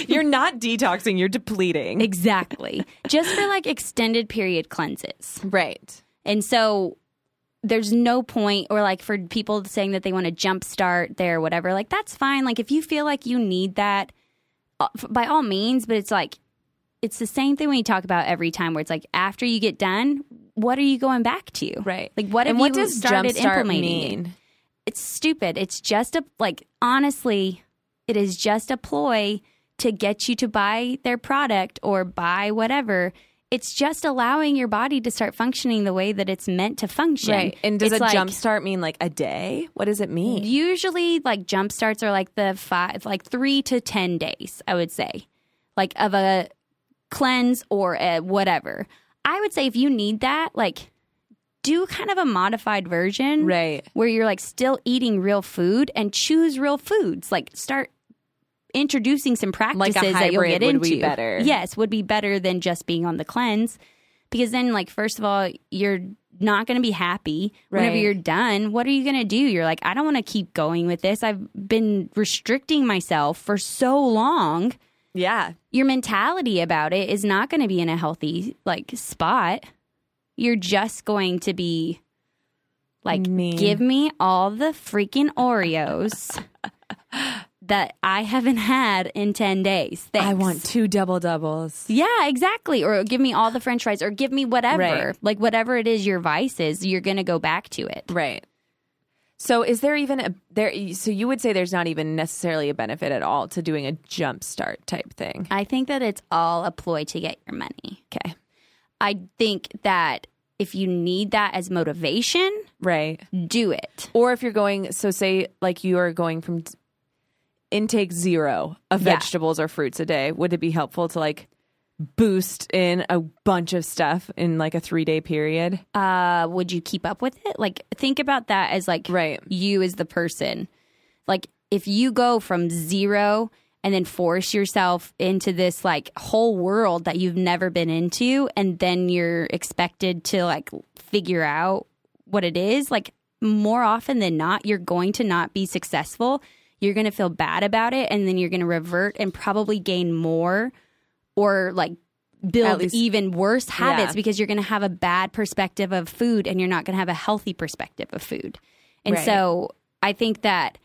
You're not detoxing, you're depleting. exactly, just for like extended period cleanses, Right. and so. There's no point, or like for people saying that they want to jumpstart their whatever, like that's fine. Like if you feel like you need that, uh, f- by all means, but it's like it's the same thing when you talk about every time where it's like after you get done, what are you going back to? Right. Like what have and what you does started jumpstart implementing? mean? It's stupid. It's just a like honestly, it is just a ploy to get you to buy their product or buy whatever. It's just allowing your body to start functioning the way that it's meant to function. Right. And does it's a like, jumpstart mean like a day? What does it mean? usually like jump starts are like the five like three to ten days i would say like of a cleanse or a whatever i would say if you need that like do kind of a modified version Right. where you're like still eating real food and choose real foods like start introducing some practices that you'll hybrid get would into be better. yes would be better than just being on the cleanse because then like first of all you're not going to be happy whenever Right. you're done what are you going to do you're like i don't want to keep going with this i've been restricting myself for so long Yeah. your mentality about it is not going to be in a healthy like spot you're just going to be like Mean. give me all the freaking oreos that i haven't had in 10 days Thanks. I want two double doubles. Yeah, exactly. Or give me all the french fries or give me whatever. Right. Like whatever it is your vice is, you're going to go back to it. Right. So is there even a there so you would say there's not even necessarily a benefit at all to doing a jumpstart type thing. I think that it's all a ploy to get your money. Okay. I think that if you need that as motivation, Right. do it. Or if you're going so say like you are going from t- intake zero of Yeah. vegetables or fruits a day, would it be helpful to like boost in a bunch of stuff in like a 3-day period? Uh, would you keep up with it? Like think about that as like Right. you as the person. Like if you go from zero and then force yourself into this like whole world that you've never been into and then you're expected to like figure out what it is, like more often than not you're going to not be successful. You're going to feel bad about it and then you're going to revert and probably gain more or like build least- even worse habits Yeah. because you're going to have a bad perspective of food and you're not going to have a healthy perspective of food. And Right. so I think that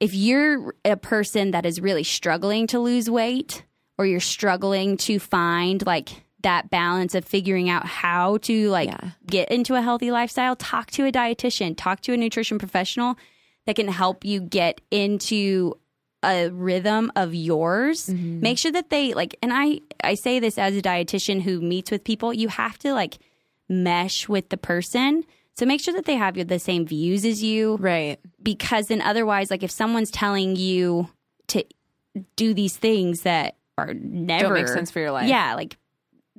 if you're a person that is really struggling to lose weight or you're struggling to find like that balance of figuring out how to like Yeah. get into a healthy lifestyle, talk to a dietitian, talk to a nutrition professional that can help you get into a rhythm of yours Mm-hmm. make sure that they like and i i say this as a dietitian who meets with people you have to like mesh with the person so make sure that they have the same views as you Right. because then otherwise like if someone's telling you to do these things that are never make sense for your life. yeah like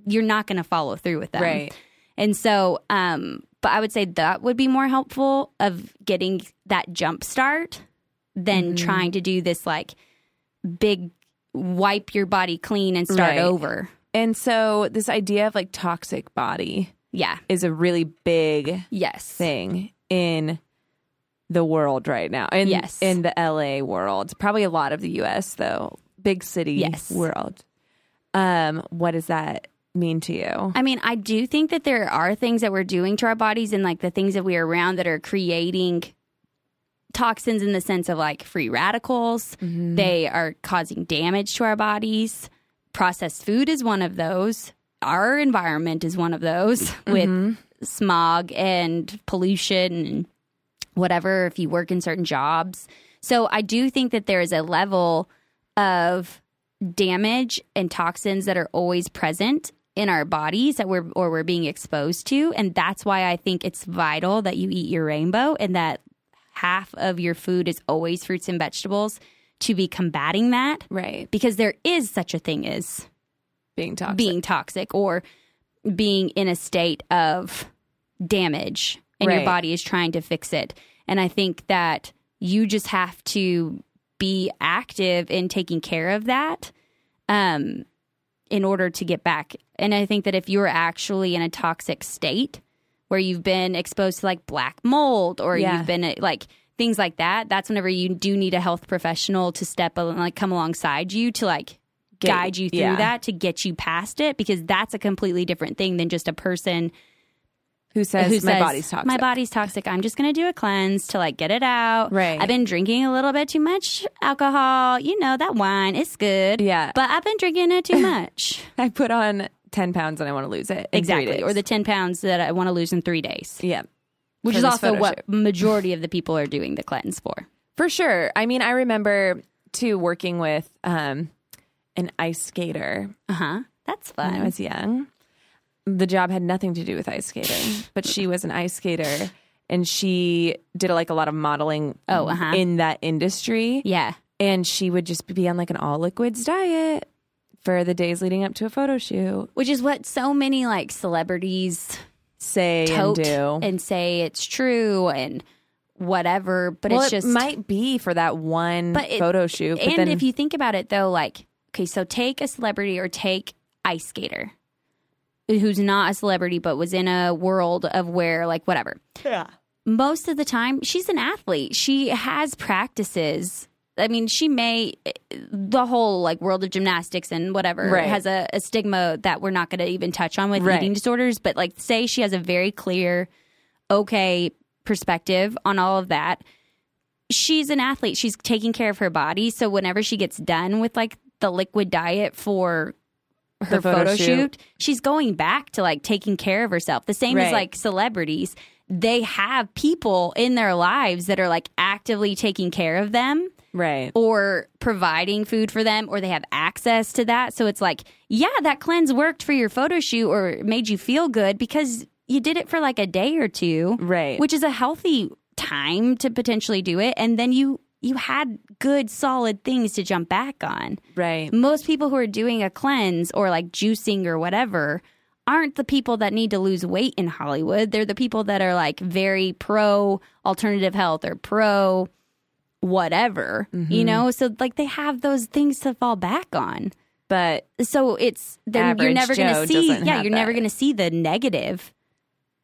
you're not going to follow through with them Right. and so um but i would say that would be more helpful of getting that jump start than trying to do this like big wipe your body clean and start Right. over And so this idea of like toxic body yeah is a really big yes thing in the world right now. In, Yes. In the LA world. Probably a lot of the US though. Big city Yes. world. Um, what does that mean to you? I mean, I do think that there are things that we're doing to our bodies and like the things that we are around that are creating toxins in the sense of like free radicals. They are causing damage to our bodies. Processed food is one of those. Our environment is one of those [LAUGHS] with smog and pollution and whatever if you work in certain jobs. So I do think that there is a level of damage and toxins that are always present in our bodies that we're or we're being exposed to and that's why I think it's vital that you eat your rainbow and that half of your food is always fruits and vegetables to be combating that right. because there is such a thing as Being toxic. being toxic or being in a state of damage and Right. your body is trying to fix it. And I think that you just have to be active in taking care of that. Um, in order to get back. And I think that if you're actually in a toxic state where you've been exposed to like black mold or Yeah. you've been uh, like things like that, that's whenever you do need a health professional to step al- like come alongside you to like Get- guide you through yeah. that to get you past it because that's a completely different thing than just a person Who says who my says, body's toxic? My body's toxic. I'm just going to do a cleanse to like get it out. Right. I've been drinking a little bit too much alcohol. You know that wine is good. Yeah. But I've been drinking [LAUGHS] it too much. I put on ten pounds and I want to lose it in three exactly. days. Or the 10 pounds that I want to lose in three days, yeah. which For is this also photo what majority of the people are doing the cleanse for. For sure. I mean, I remember too working with um, an ice skater Uh huh. That's fun. when Uh-huh. I was young. The job had nothing to do with ice skating, but she was an ice skater and she did like a lot of modeling Oh, uh-huh. in that industry. yeah. And she would just be on like an all liquids diet for the days leading up to a photo shoot. Which is what so many like celebrities Say tote and do. and say it's true and whatever. But well, it's just it might be for that one But it- photo shoot. But and then, if you think about it though like okay so take a celebrity or take ice skater who's not a celebrity but was in a world of where like whatever yeah. most of the time she's an athlete she has practices i mean she may the whole like world of gymnastics and whatever Right. has a, a stigma that we're not going to even touch on with Right. eating disorders but like say she has a very clear okay perspective on all of that she's an athlete she's taking care of her body so whenever she gets done with like the liquid diet for her photo photo, shoot. shoot. she's going back to like taking care of herself. The same Right. as like celebrities, they have people in their lives that are like actively taking care of them Right. or providing food for them or they have access to that. So it's like, yeah, that cleanse worked for your photo shoot or made you feel good because you did it for like a day or two. Right. Which is a healthy time to potentially do it and then you you had good solid things to jump back on Right. most people who are doing a cleanse or like juicing or whatever aren't the people that need to lose weight in Hollywood. They're the people that are like very pro alternative health or pro whatever, you know? So like they have those things to fall back on. But So it's then you're Average never going Joe to see doesn't yeah, have you're never that. going to see the negative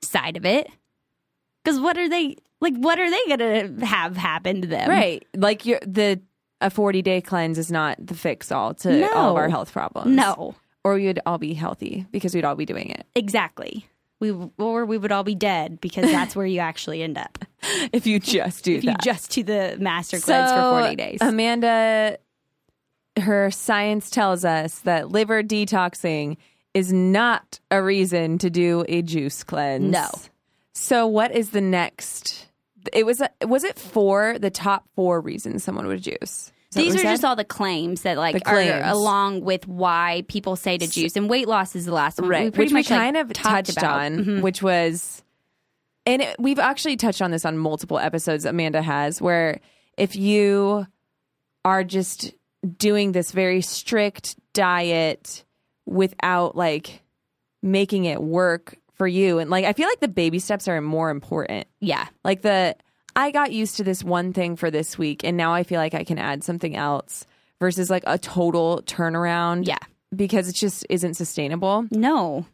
side of it. Cuz what are they like what are they going to have happen to them? right um, like your the a 40 day cleanse is not the fix all to all of No. our health problems No. or we would all be healthy because we'd all be doing it Exactly. We or we would all be dead because that's where you actually end up if you just do [LAUGHS] if you that just do the master so um, cleanse for forty days. amanda her science tells us that liver detoxing is not a reason to do a juice cleanse No. so what is the next it was was it for the top four reasons someone would juice Is that These what are we said? just all the claims that like The claims. are along with why people say to juice and weight loss is the last one. We right, pretty which we much like, kind of talked touched about. Mm-hmm. on, which was, and it, we've actually touched on this on multiple episodes. Amanda has where if you are just doing this very strict diet without like making it work for you, and like I feel like the baby steps are more important. Yeah, Like the I got used to this one thing for this week and now I feel like I can add something else versus like a total turnaround. Yeah. Because it just isn't sustainable. no,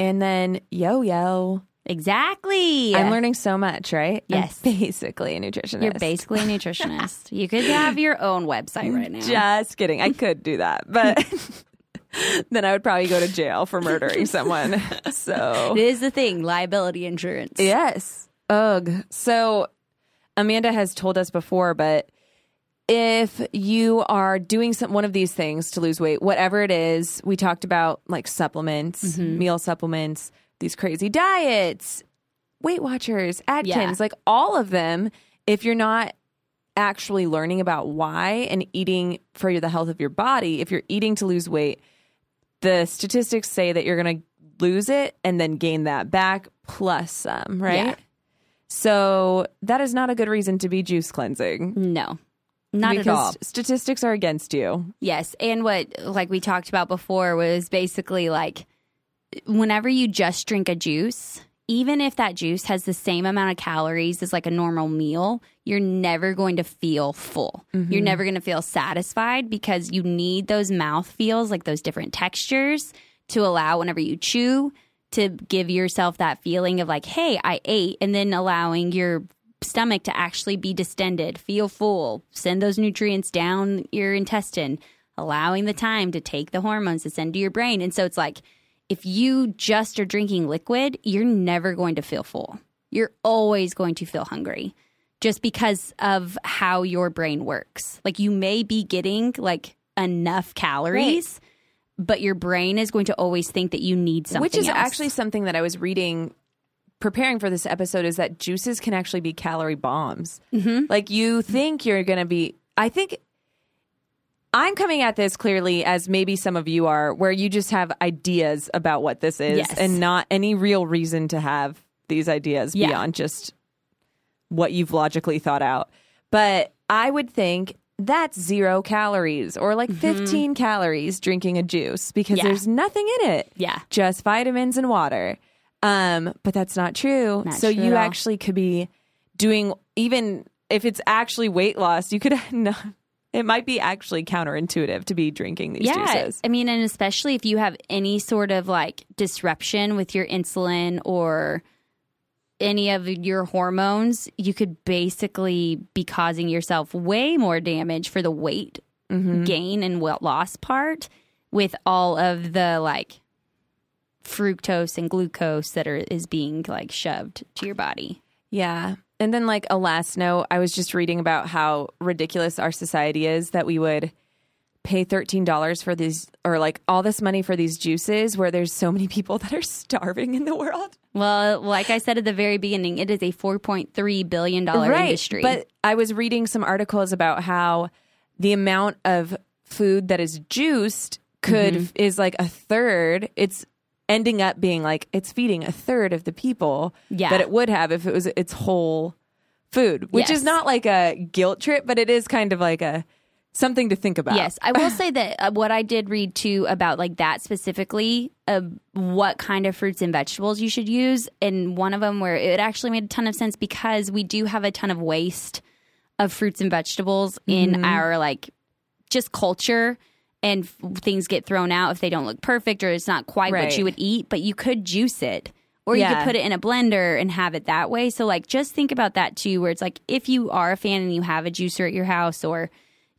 And then yo yo. exactly. I'm learning so much, right? I'm Yes. basically a nutritionist. You're [LAUGHS] basically a nutritionist. you could have your own website right now. Just kidding. I could do [LAUGHS] that, but [LAUGHS] then I would probably go to jail for [LAUGHS] murdering someone. So it is the thing, liability insurance. Yes. Ugh. So Amanda has told us before, but if you are doing some one of these things to lose weight, whatever it is, we talked about like supplements, meal supplements, these crazy diets, Weight Watchers, Atkins, Yeah. like all of them, if you're not actually learning about why and eating for the health of your body, if you're eating to lose weight, the statistics say that you're going to lose it and then gain that back plus some, right? Yeah. So that is not a good reason to be juice cleansing. No, not because at all. Statistics are against you. Yes. And what, like, we talked about before was basically like whenever you just drink a juice, even if that juice has the same amount of calories as like a normal meal, you're never going to feel full. You're never going to feel satisfied because you need those mouth feels, like those different textures to allow whenever you chew to give yourself that feeling of like, hey, I ate, and then allowing your stomach to actually be distended, feel full, send those nutrients down your intestine, allowing the time to take the hormones to send to your brain. And so it's like, if you just are drinking liquid, you're never going to feel full. You're always going to feel hungry just because of how your brain works. Like you may be getting like enough calories, but your brain is going to always think that you need something Which is else. actually something that I was reading preparing for this episode is that juices can actually be calorie bombs. Mm-hmm. Like you think you're going to be I think I'm coming at this clearly as maybe some of you are where you just have ideas about what this is Yes. and not any real reason to have these ideas Yeah. beyond just what you've logically thought out. But I would think that's zero calories or like 15 calories drinking a juice because Mm-hmm. Yeah. there's nothing in it Yeah. just vitamins and water. Um, but that's not true. Not so true you at all. actually could be doing even if it's actually weight loss, you could [LAUGHS] not. It might be actually counterintuitive to be drinking these juices. I mean, and especially if you have any sort of like disruption with your insulin or any of your hormones, you could basically be causing yourself way more damage for the weight Mm-hmm. gain and weight loss part with all of the like fructose and glucose that are is being like shoved to your body. Yeah. And then, like, a last note, I was just reading about how ridiculous our society is that we would pay $13 for these or like all this money for these juices where there's so many people [LAUGHS] that are starving in the world. Well, like I said at the very beginning, it is a four point three billion dollar industry. But I was reading some articles about how the amount of food that is juiced could Mm-hmm. is like a third. It's ending up being like it's feeding a third of the people Yeah. that it would have if it was its whole food, which Yes. is not like a guilt trip, but it is kind of like a something to think about. Yes, I will say that uh, what I did read too about like that specifically, uh, what kind of fruits and vegetables you should use, and one of them where it actually made a ton of sense because we do have a ton of waste of fruits and vegetables Mm-hmm. in our like just culture, and f- things get thrown out if they don't look perfect or it's not quite what Right. you would eat. But you could juice it. Or you Yeah. could put it in a blender and have it that way. So, like, just think about that too, where it's like if you are a fan and you have a juicer at your house or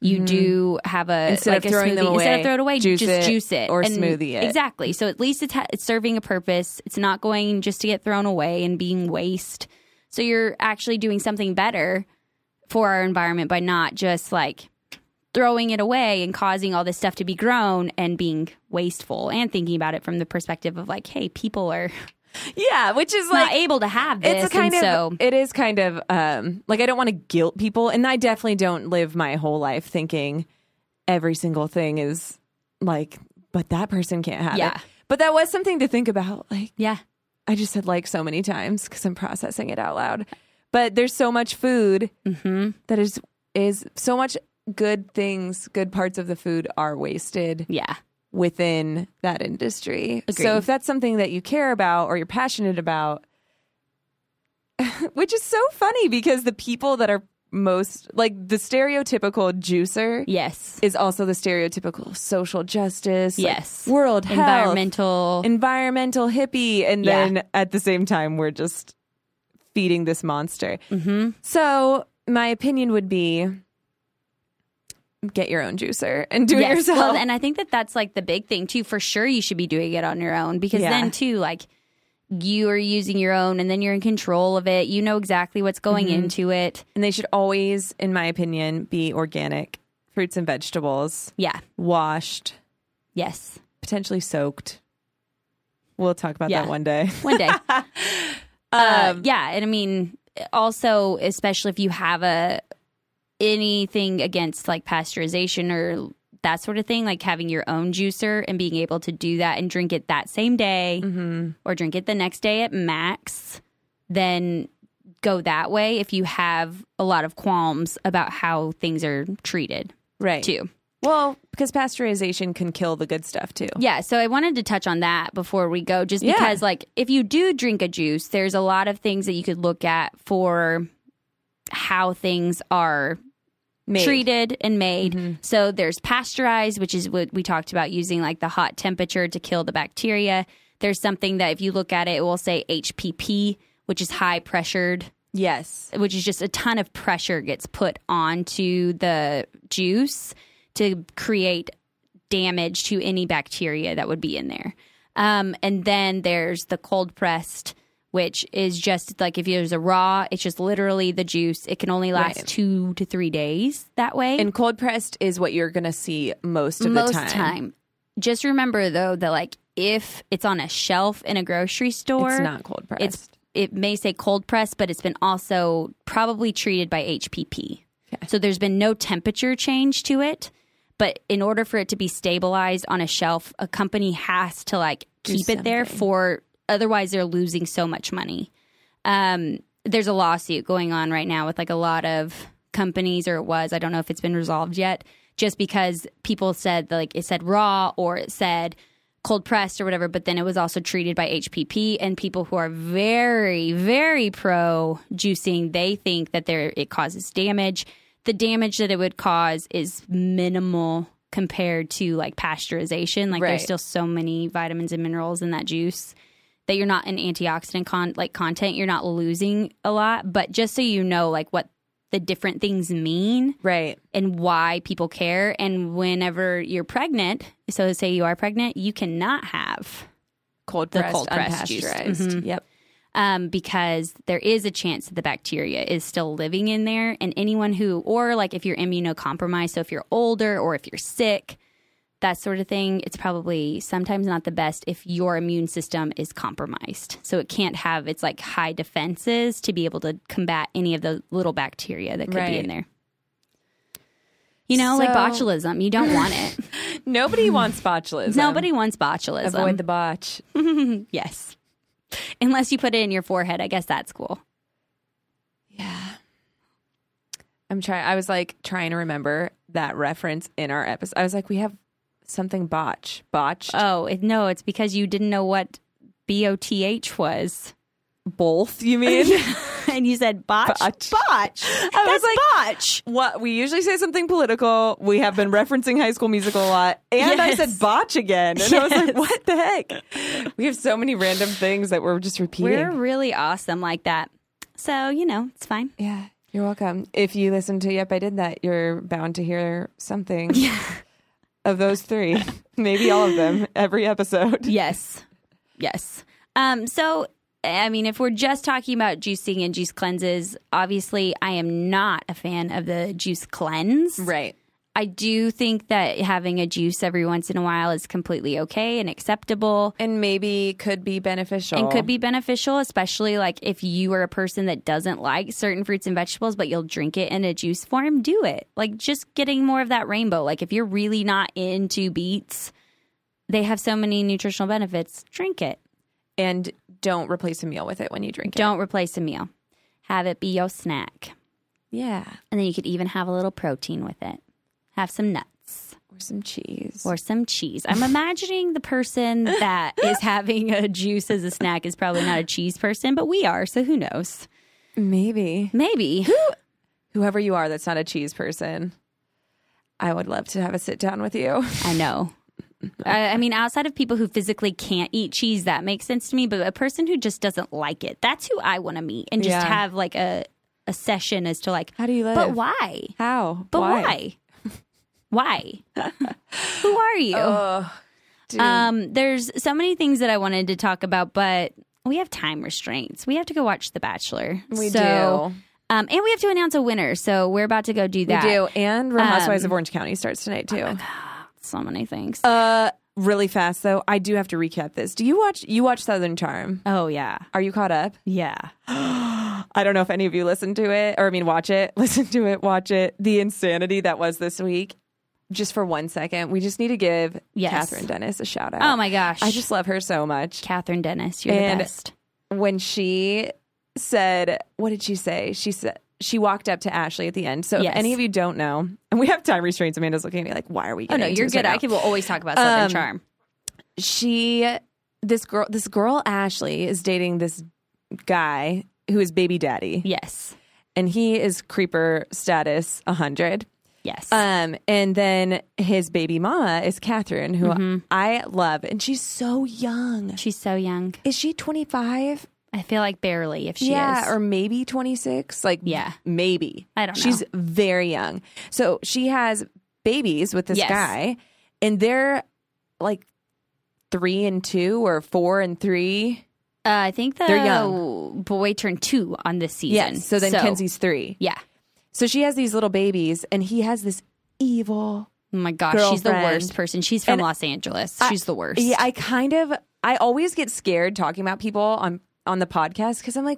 you do have a Mm-hmm. Instead like of a throwing smoothie, them instead away, of throw it away, juice just it juice it or smoothie it. Exactly. So at least it's ha- it's serving a purpose. It's not going just to get thrown away and being waste. So you're actually doing something better for our environment by not just like throwing it away and causing all this stuff to be grown and being wasteful and thinking about it from the perspective of like, hey, people are [LAUGHS] Yeah, which is not like able to have this. It's a kind and of so it is kind of um like I don't want to guilt people and I definitely don't live my whole life thinking every single thing is like but that person can't have Yeah. it. But that was something to think about like yeah. I just said like so many times cuz I'm processing it out loud. But there's so much food Mm-hmm. that is is so much good things, good parts of the food are wasted Yeah. within that industry. Agreed. So if that's something that you care about or you're passionate about, [LAUGHS] which is so funny because the people that are most like the stereotypical juicer Yes. is also the stereotypical social justice, like, Yes. world health, Environmental environmental hippie, and Yeah. then at the same time we're just feeding this monster. Mm-hmm. So my opinion would be. Get your own juicer and do it Yes. yourself. Well, and I think that that's like the big thing too. For sure, you should be doing it on your own because Yeah. then too, like you are using your own, and then you're in control of it. You know exactly what's going Mm-hmm. into it. And they should always, in my opinion, be organic fruits and vegetables, Yeah. washed, Yes. potentially soaked. We'll talk about Yeah. that one day. [LAUGHS] One day. Uh, yeah, and I mean, also especially if you have a anything against like pasteurization or that sort of thing, like having your own juicer and being able to do that and drink it that same day or drink it the next day at max, then go that way if you have a lot of qualms about how things are treated Right. too. Well, because pasteurization can kill the good stuff too. Yeah, so I wanted to touch on that before we go, just Yeah. because, like, if you do drink a juice, there's a lot of things that you could look at for how things are Made. Mm-hmm. treated and made. So there's pasteurized, which is what we talked about using, like, the hot temperature to kill the bacteria. There's something that, if you look at it, it will say HPP, which is high pressured Yes. which is just a ton of pressure gets put onto the juice to create damage to any bacteria that would be in there. Um, and then there's the cold pressed, which is just like if there's a raw, it's just literally the juice. It can only last Right. two to three days that way. And cold pressed is what you're going to see most of most the time. Just remember though that like if it's on a shelf in a grocery store, It's not cold pressed. it's it may say cold press, but it's been also probably treated by HPP. So there's been no temperature change to it, but in order for it to be stabilized on a shelf, a company has to like keep it there for otherwise they're losing so much money. Um, there's a lawsuit going on right now with like a lot of companies, or it was. I don't know if it's been resolved yet. Just because people said like it said raw or it said cold pressed or whatever, but then it was also treated by HPP and people who are very, very pro juicing, they think that there it causes damage. The damage that it would cause is minimal compared to like pasteurization. Like Right. there's still so many vitamins and minerals in that juice that you're not an antioxidant con- like content. You're not losing a lot, but just so you know, like what the different things mean right. and why people care. And whenever you're pregnant, so say you are pregnant, you cannot have Cold The pressed, cold pressed juice. Mm-hmm. unpasteurized. Yep. um, because there is a chance that the bacteria is still living in there. And anyone who, or like if you're immunocompromised, so if you're older or if you're sick, that sort of thing, it's probably sometimes not the best if your immune system is compromised. So it can't have its like high defenses to be able to combat any of the little bacteria that could be Right. in there. You know, like So- botulism, you don't want [LAUGHS] it. Nobody wants botulism. Nobody wants botulism. Avoid the botch. yes. Unless you put it in your forehead, I guess that's cool. I'm trying. I was like trying to remember that reference in our episode. I was like, we have something botch, botch, Oh, it, no, it's because you didn't know what BOTH [LAUGHS] was. both. You mean? and you said botch. Botch. I was like- botch. [LAUGHS] what we usually say something political. We have been referencing High School Musical a lot, and I Yes. said botch again, and I was [LAUGHS] like, "What the heck?" We have so many random things that we're just repeating. We're really awesome like that. So, you know, it's fine. yeah, you're welcome. If you listen to Yep, I Did That, you're bound to hear [LAUGHS] something of those three, maybe all of them, every episode. Yes. Yes. Um, so, I mean, if we're just talking about juicing and juice cleanses, obviously I am not a fan of the juice cleanse. Right. I do think that having a juice every once in a while is completely okay and acceptable. And maybe could be beneficial. and could be beneficial, especially like if you are a person that doesn't like certain fruits and vegetables, but you'll drink it in a juice form, do it. Like just getting more of that rainbow. Like if you're really not into beets, they have so many nutritional benefits. Drink it. and don't replace a meal with it when you drink Don't replace a meal. Have it be your snack. it. Yeah. And then you could even have a little protein with it. Have some nuts. Or some cheese. or some cheese. I'm imagining the person that is having a juice as a snack is probably not a cheese person, but we are, so who knows? maybe. Maybe. Whoever you are that's not a cheese person, I would love to have a sit down with you. [LAUGHS] I know. I, I mean, outside of people who physically can't eat cheese, that makes sense to me. But a person who just doesn't like it, that's who I want to meet and just Yeah. have like a, a session as to like, How do you live? but why? How? But why? Why? [LAUGHS] who are you? Oh, dude. Um, there's so many things that I wanted to talk about, but we have time restraints. We have to go watch The Bachelor. we so, do. Um, and we have to announce a winner. So we're about to go do that. We do. And Um, Real Housewives of Orange County starts oh tonight, too. So many things. uh, really fast, though. I do have to recap this. Do you watch? You watch Southern Charm? oh yeah, Are you caught up? yeah. [GASPS] I don't know if any of you listened to it, or I mean, watch it, [LAUGHS] listen to it, watch it. The insanity that was this week. Just for one second, we just need to give Yes. Catherine Dennis a shout out. Oh my gosh. I just love her so much. Catherine Dennis, you're And- the best. When she said, "What did she say?" She said, she walked up to Ashley at the end. So Yes. if any of you don't know, and we have time restraints, Amanda's looking at me like, why are we? Oh Getting no, into you're this good. right I now? can. We'll always talk about Southern Um, Charm. she this girl this girl Ashley is dating this guy who is baby daddy Yes, and he is creeper status 100 yes. um and then his baby mama is Catherine who Mm-hmm. I love and she's so young She's so young. is she 25 I feel like barely if she yeah is. or maybe 26 like Yeah. maybe I don't know. she's very young so she has babies with this Yes. guy and they're like 3 and 2 or 4 and 3 uh, I think the They're young. boy turned two on this season. Yes. So then Kenzie's three. Yeah. So she has these little babies, and he has this evil. Oh my gosh, she's the Girlfriend. worst person. She's from And Los Angeles. I- she's the worst. Yeah, I kind of. I always get scared talking about people on on the podcast because I'm like,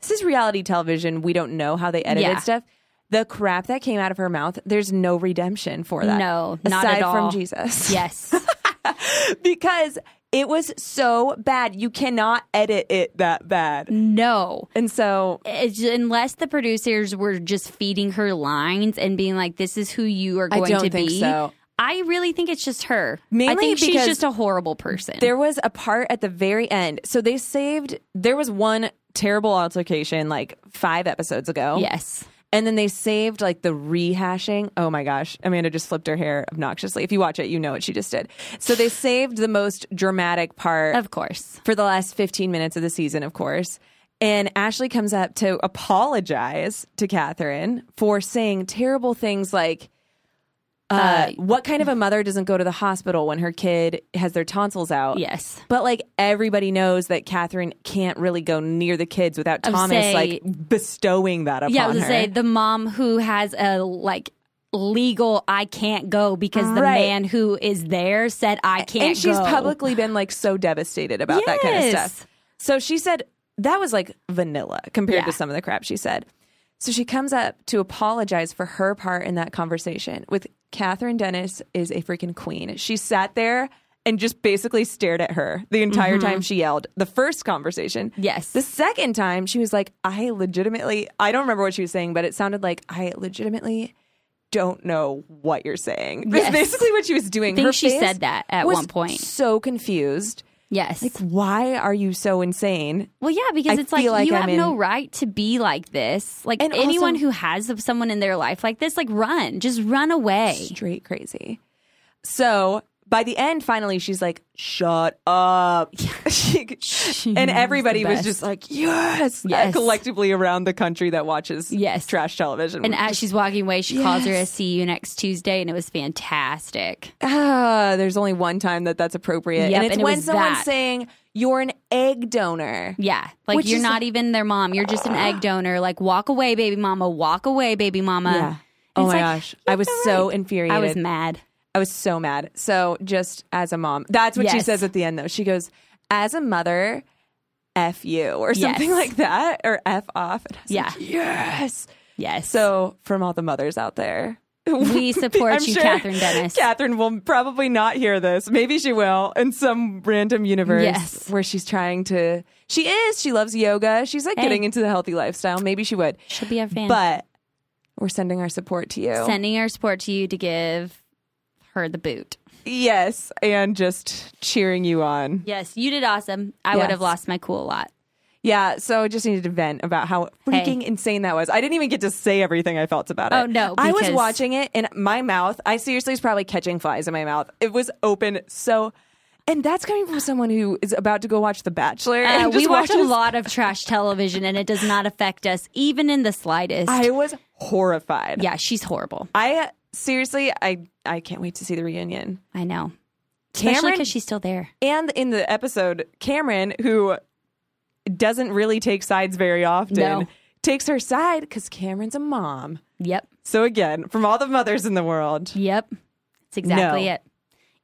this is reality television. We don't know how they edited Yeah. stuff. The crap that came out of her mouth. There's no redemption for that. No, not aside at all. from Jesus. yes. [LAUGHS] [LAUGHS] because it was so bad. You cannot edit it that bad. Mm. no. And so It's- unless the producers were just feeding her lines and being like, "This is who you are I going don't to think be." so. I really think it's just her. I Mainly think she's because just a horrible person. There was a part at the very end. So they saved. There was one terrible altercation like five episodes ago. yes. And then they saved like the rehashing. Oh my gosh. Amanda just flipped her hair obnoxiously. If you watch it, you know what she just did. So they saved the most dramatic part Of course. for the last 15 minutes of the season, of course. And Ashley comes up to apologize to Catherine for saying terrible things like, uh, Uh, what kind of a mother doesn't go to the hospital when her kid has their tonsils out? Yes. But like everybody knows that Catherine can't really go near the kids without I would Thomas say- like bestowing that upon Yeah, I was her. gonna say the mom who has a like legal I can't go because the Right. man who is there said I can't and she's go." publicly been like so devastated about that kind of Yes. stuff. So she said that was like vanilla compared Yeah. to some of the crap she said. So she comes up to apologize for her part in that conversation with Catherine Dennis is a freaking queen. She sat there and just basically stared at her the entire time she yelled. The first conversation. Mm-hmm. Yes. The second time she was like, I legitimately I don't remember what she was saying, but it sounded like I legitimately don't know what you're saying. That's Yes. basically what she was doing. think Her she face said that at was one point. So confused. Yes. Like, why are you so insane? well, yeah, because I it's like, feel like you I'm have no in- right to be like this. Like And anyone also- who has someone in their life like this, like run, just run away. Straight crazy. So by the end, finally, she's like, "Shut up!" [LAUGHS] [LAUGHS] She- and everybody the was best. just like, "Yes!" Uh, Yes. collectively around the country that watches Yes. trash television. And as she's walking away, she calls her a Yes. see you next Tuesday, and it was fantastic. ah, there's only one time that that's appropriate, Yep, and it's and it when was someone's that. saying you're an egg donor. Yeah. Like Which you're is- not even their mom. You're just an egg donor. Like walk away, baby mama. Walk away, baby mama. Yeah. And Oh it's my like, gosh, I was so infuriated. I was mad. I was so mad. So just as a mom, that's what she Yes. says at the end though. She goes, "As a mother, f you" or something [LAUGHS] Yes. like that, or f off. And I was Yeah. like, yes. Yes. So from all the mothers out [LAUGHS] there, we support I'm you, sure Catherine Dennis. Catherine will probably not hear this. Maybe she will in some random universe Yes. where she's trying to. She is. She loves yoga. She's like getting into the healthy lifestyle. Maybe she would. Should be our fan. But we're sending our support to you. sending our support to you to give her the boot. yes, and just cheering you on. Yes, you did awesome. I would Yes. have lost my cool a [LAUGHS] lot. Yeah, so I just needed to vent about how freaking Hey. insane that was. I didn't even get to say everything I felt about it. Oh, no, I was because- watching it and my mouth, I seriously was probably catching flies in my mouth. It was open so and that's coming from someone who is about to go watch The Bachelor. Uh, and we just watch a watches- lot of trash television, and it does not affect us even in the slightest. I was horrified. yeah, she's horrible. I seriously, I I can't wait to see the reunion. I know, especially Cameron- because she's still there. And in the episode, Cameron, who doesn't really take sides very often, No. takes her side because Cameron's a mom. Yep, So again, from all the mothers in the world, yep, that's exactly No. it.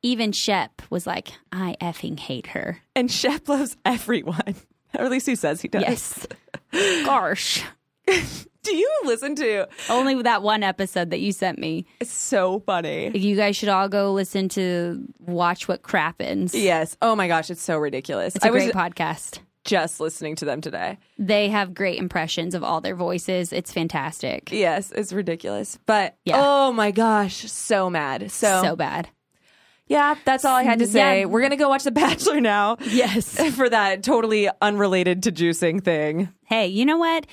Even Shep was like, "I effing hate her." and Shep loves everyone, [LAUGHS] or at least he says he does. Yes, [LAUGHS] gosh, Do you listen to? only with that one episode that you sent me. It's so funny. You guys should all go listen to watch what crappens. Yes. Oh my gosh, it's so ridiculous. It's a I was great podcast. just listening to them today. They have great impressions of all their voices. It's fantastic. Yes, it's ridiculous. But Yeah. oh my gosh, so mad. So, So bad. yeah, that's all I had to say. Yeah. We're going to go watch The Bachelor now [LAUGHS] Yes. for that totally unrelated to juicing thing. [LAUGHS] hey, you know what?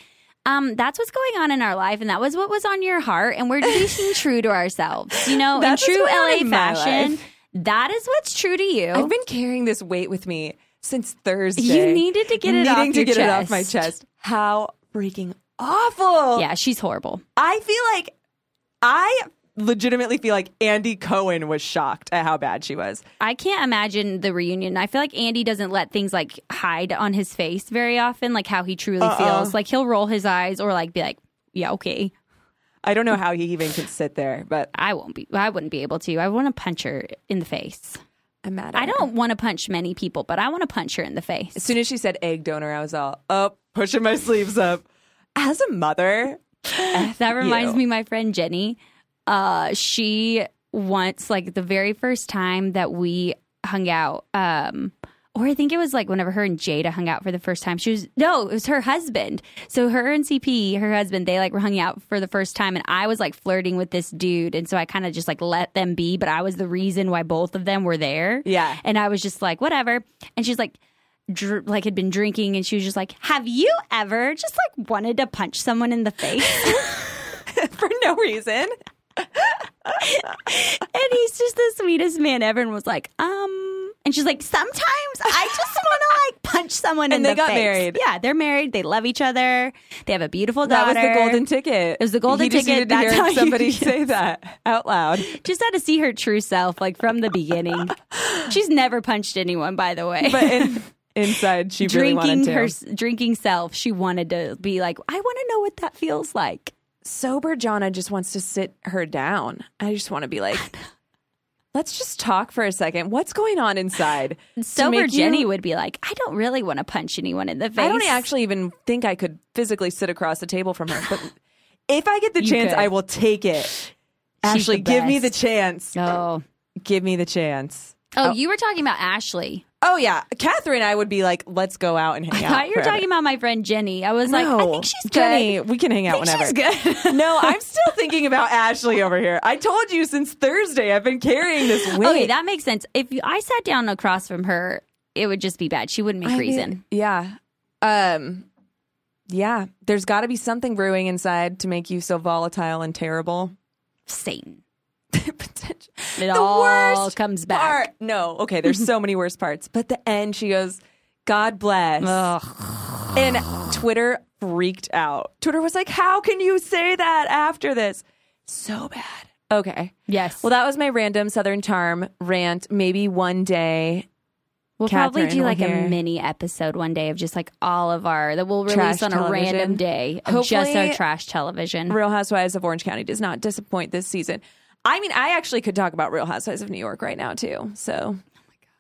Um, that's what's going on in our life, and that was what was on your heart, and we're [LAUGHS] just being true to ourselves. You know, in That's what's true going on LA in my fashion, that is what's true to you. I've been carrying this weight with me since Thursday. Oh. You needed to get it Needing off to your get it off my chest. chest. How freaking awful. yeah, she's horrible. I feel like I legitimately feel like Andy Cohen was shocked at how bad she was. I can't imagine the reunion. I feel like Andy doesn't let things like hide on his face very often, like how he truly feels. Like he'll roll his eyes or like be like, "Yeah, okay, I don't know how he even could sit there, but I won't be. I wouldn't be able to. I want to punch her in the face. I'm mad. At I her. don't want to punch many people, but I want to punch her in the face. As soon as she said egg donor, I was all up, pushing my sleeves up. As a mother, [LAUGHS] [LAUGHS] That reminds you. me, my friend Jenny. Uh, she once, like the very first time that we hung out, um, or I think it was like whenever her and Jada hung out for the first time. She was no, it was her husband. So her and CP, her husband, they like were hung out for the first time, and I was like flirting with this dude, and so I kind of just like let them be, but I was the reason why both of them were there. Yeah. and I was just like whatever, and she's like dr- like had been drinking and she was just like have you ever just like wanted to punch someone in the face for no reason. and he's just the sweetest man ever and was like um and she's like sometimes i just want to like punch someone in [LAUGHS] And they the got face." married. yeah they're married they love each other they have a beautiful That daughter was the golden ticket. It was the golden he just ticket. Needed to That's hear how you- [LAUGHS] somebody say that out loud. just had to see her true self like from the [LAUGHS] beginning she's never punched anyone by the way [LAUGHS] But in, inside, she really drinking wanted to. her drinking self she wanted to be like i want to know what that feels like sober Jonna just wants to sit her down. I just want to be like, let's just talk for a second. What's going [LAUGHS] on inside? to sober make you- jenny would be like i don't really want to punch anyone in the face I don't actually even think I could physically sit across the table from her, but [LAUGHS] if I get the You chance, could. I will take it. She's Ashley, the give me the best. chance. oh Give me the chance. oh you were talking about ashley Oh yeah, Catherine, I would be like, let's go out and hang I out. thought you were forever. talking about my friend Jenny. I was like, I No. think she's good. [LAUGHS] Jenny. We can hang out I think whenever. she's good. [LAUGHS] no, I'm still thinking about Ashley over here. I told you since Thursday I've been carrying this weight. okay, that makes sense. If you, I sat down across from her, it would just be bad. She wouldn't make I mean, reason. yeah. Um yeah, there's got to be something brewing inside to make you so volatile and terrible. [LAUGHS] Satan. Potential. It all comes back. Part. No, okay, there's [LAUGHS] so many worse parts. But the end, she goes, God bless. Ugh. And Twitter freaked out. Twitter was like, How can you say that after this? So bad. Okay. Yes. Well, that was my random Southern Charm rant. Maybe one day we'll probably Catherine do will like a hear. mini episode one day of just like all of our that we'll release Trash on a television. random day of just Hopefully- our trash television. Real Housewives of Orange County does not disappoint this season. I mean, I actually could talk about Real Housewives of New York right now too. So,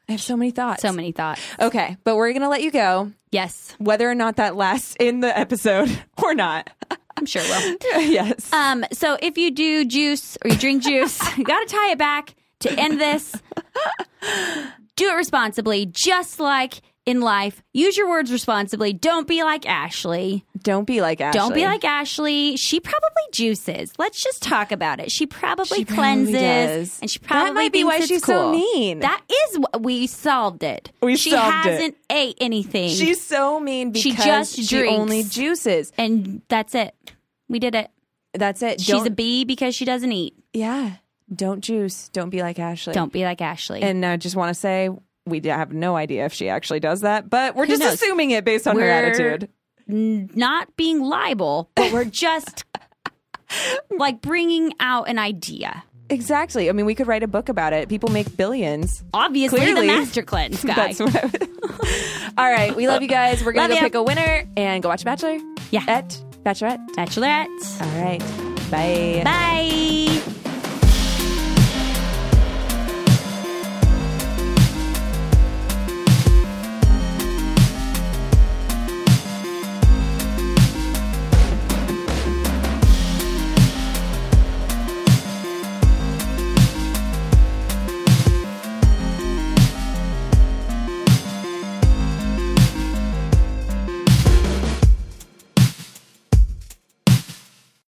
I have so many thoughts. so many thoughts. Okay, but we're gonna let you go, Yes, whether or not that lasts in the episode [LAUGHS] or not. I'm sure will. yes. Um, so if you do juice or you drink juice, [LAUGHS] you got to tie it back to end this. Do it responsibly, just like in life. Use your words responsibly. Don't be like Ashley. Don't be like Ashley. Don't be like Ashley. She probably juices. Let's just talk about it. She probably She probably cleanses, does. and she probably That might be thinks why it's she's so cool. mean. That is wh- we solved it. We she solved it. hasn't ate anything, She's so mean because She she, just drinks. only juices. and that's it. We did it. That's it. She's Don't, a bee because she doesn't eat. yeah. Don't juice. Don't be like Ashley. Don't be like Ashley. And I just want to say we have no idea if she actually does that, but we're Who just knows? assuming it based on We're- her attitude. not being liable, but we're [LAUGHS] just like bringing out an idea. Exactly. I mean, we could write a book about it. People make billions. Obviously, Clearly. the master cleanse guy. [LAUGHS] That's what I would. All right. We love you guys. We're going Love to go ya. pick a winner and go watch Bachelor. Yeah. At Bachelorette. Bachelorette. All right. Bye. Bye.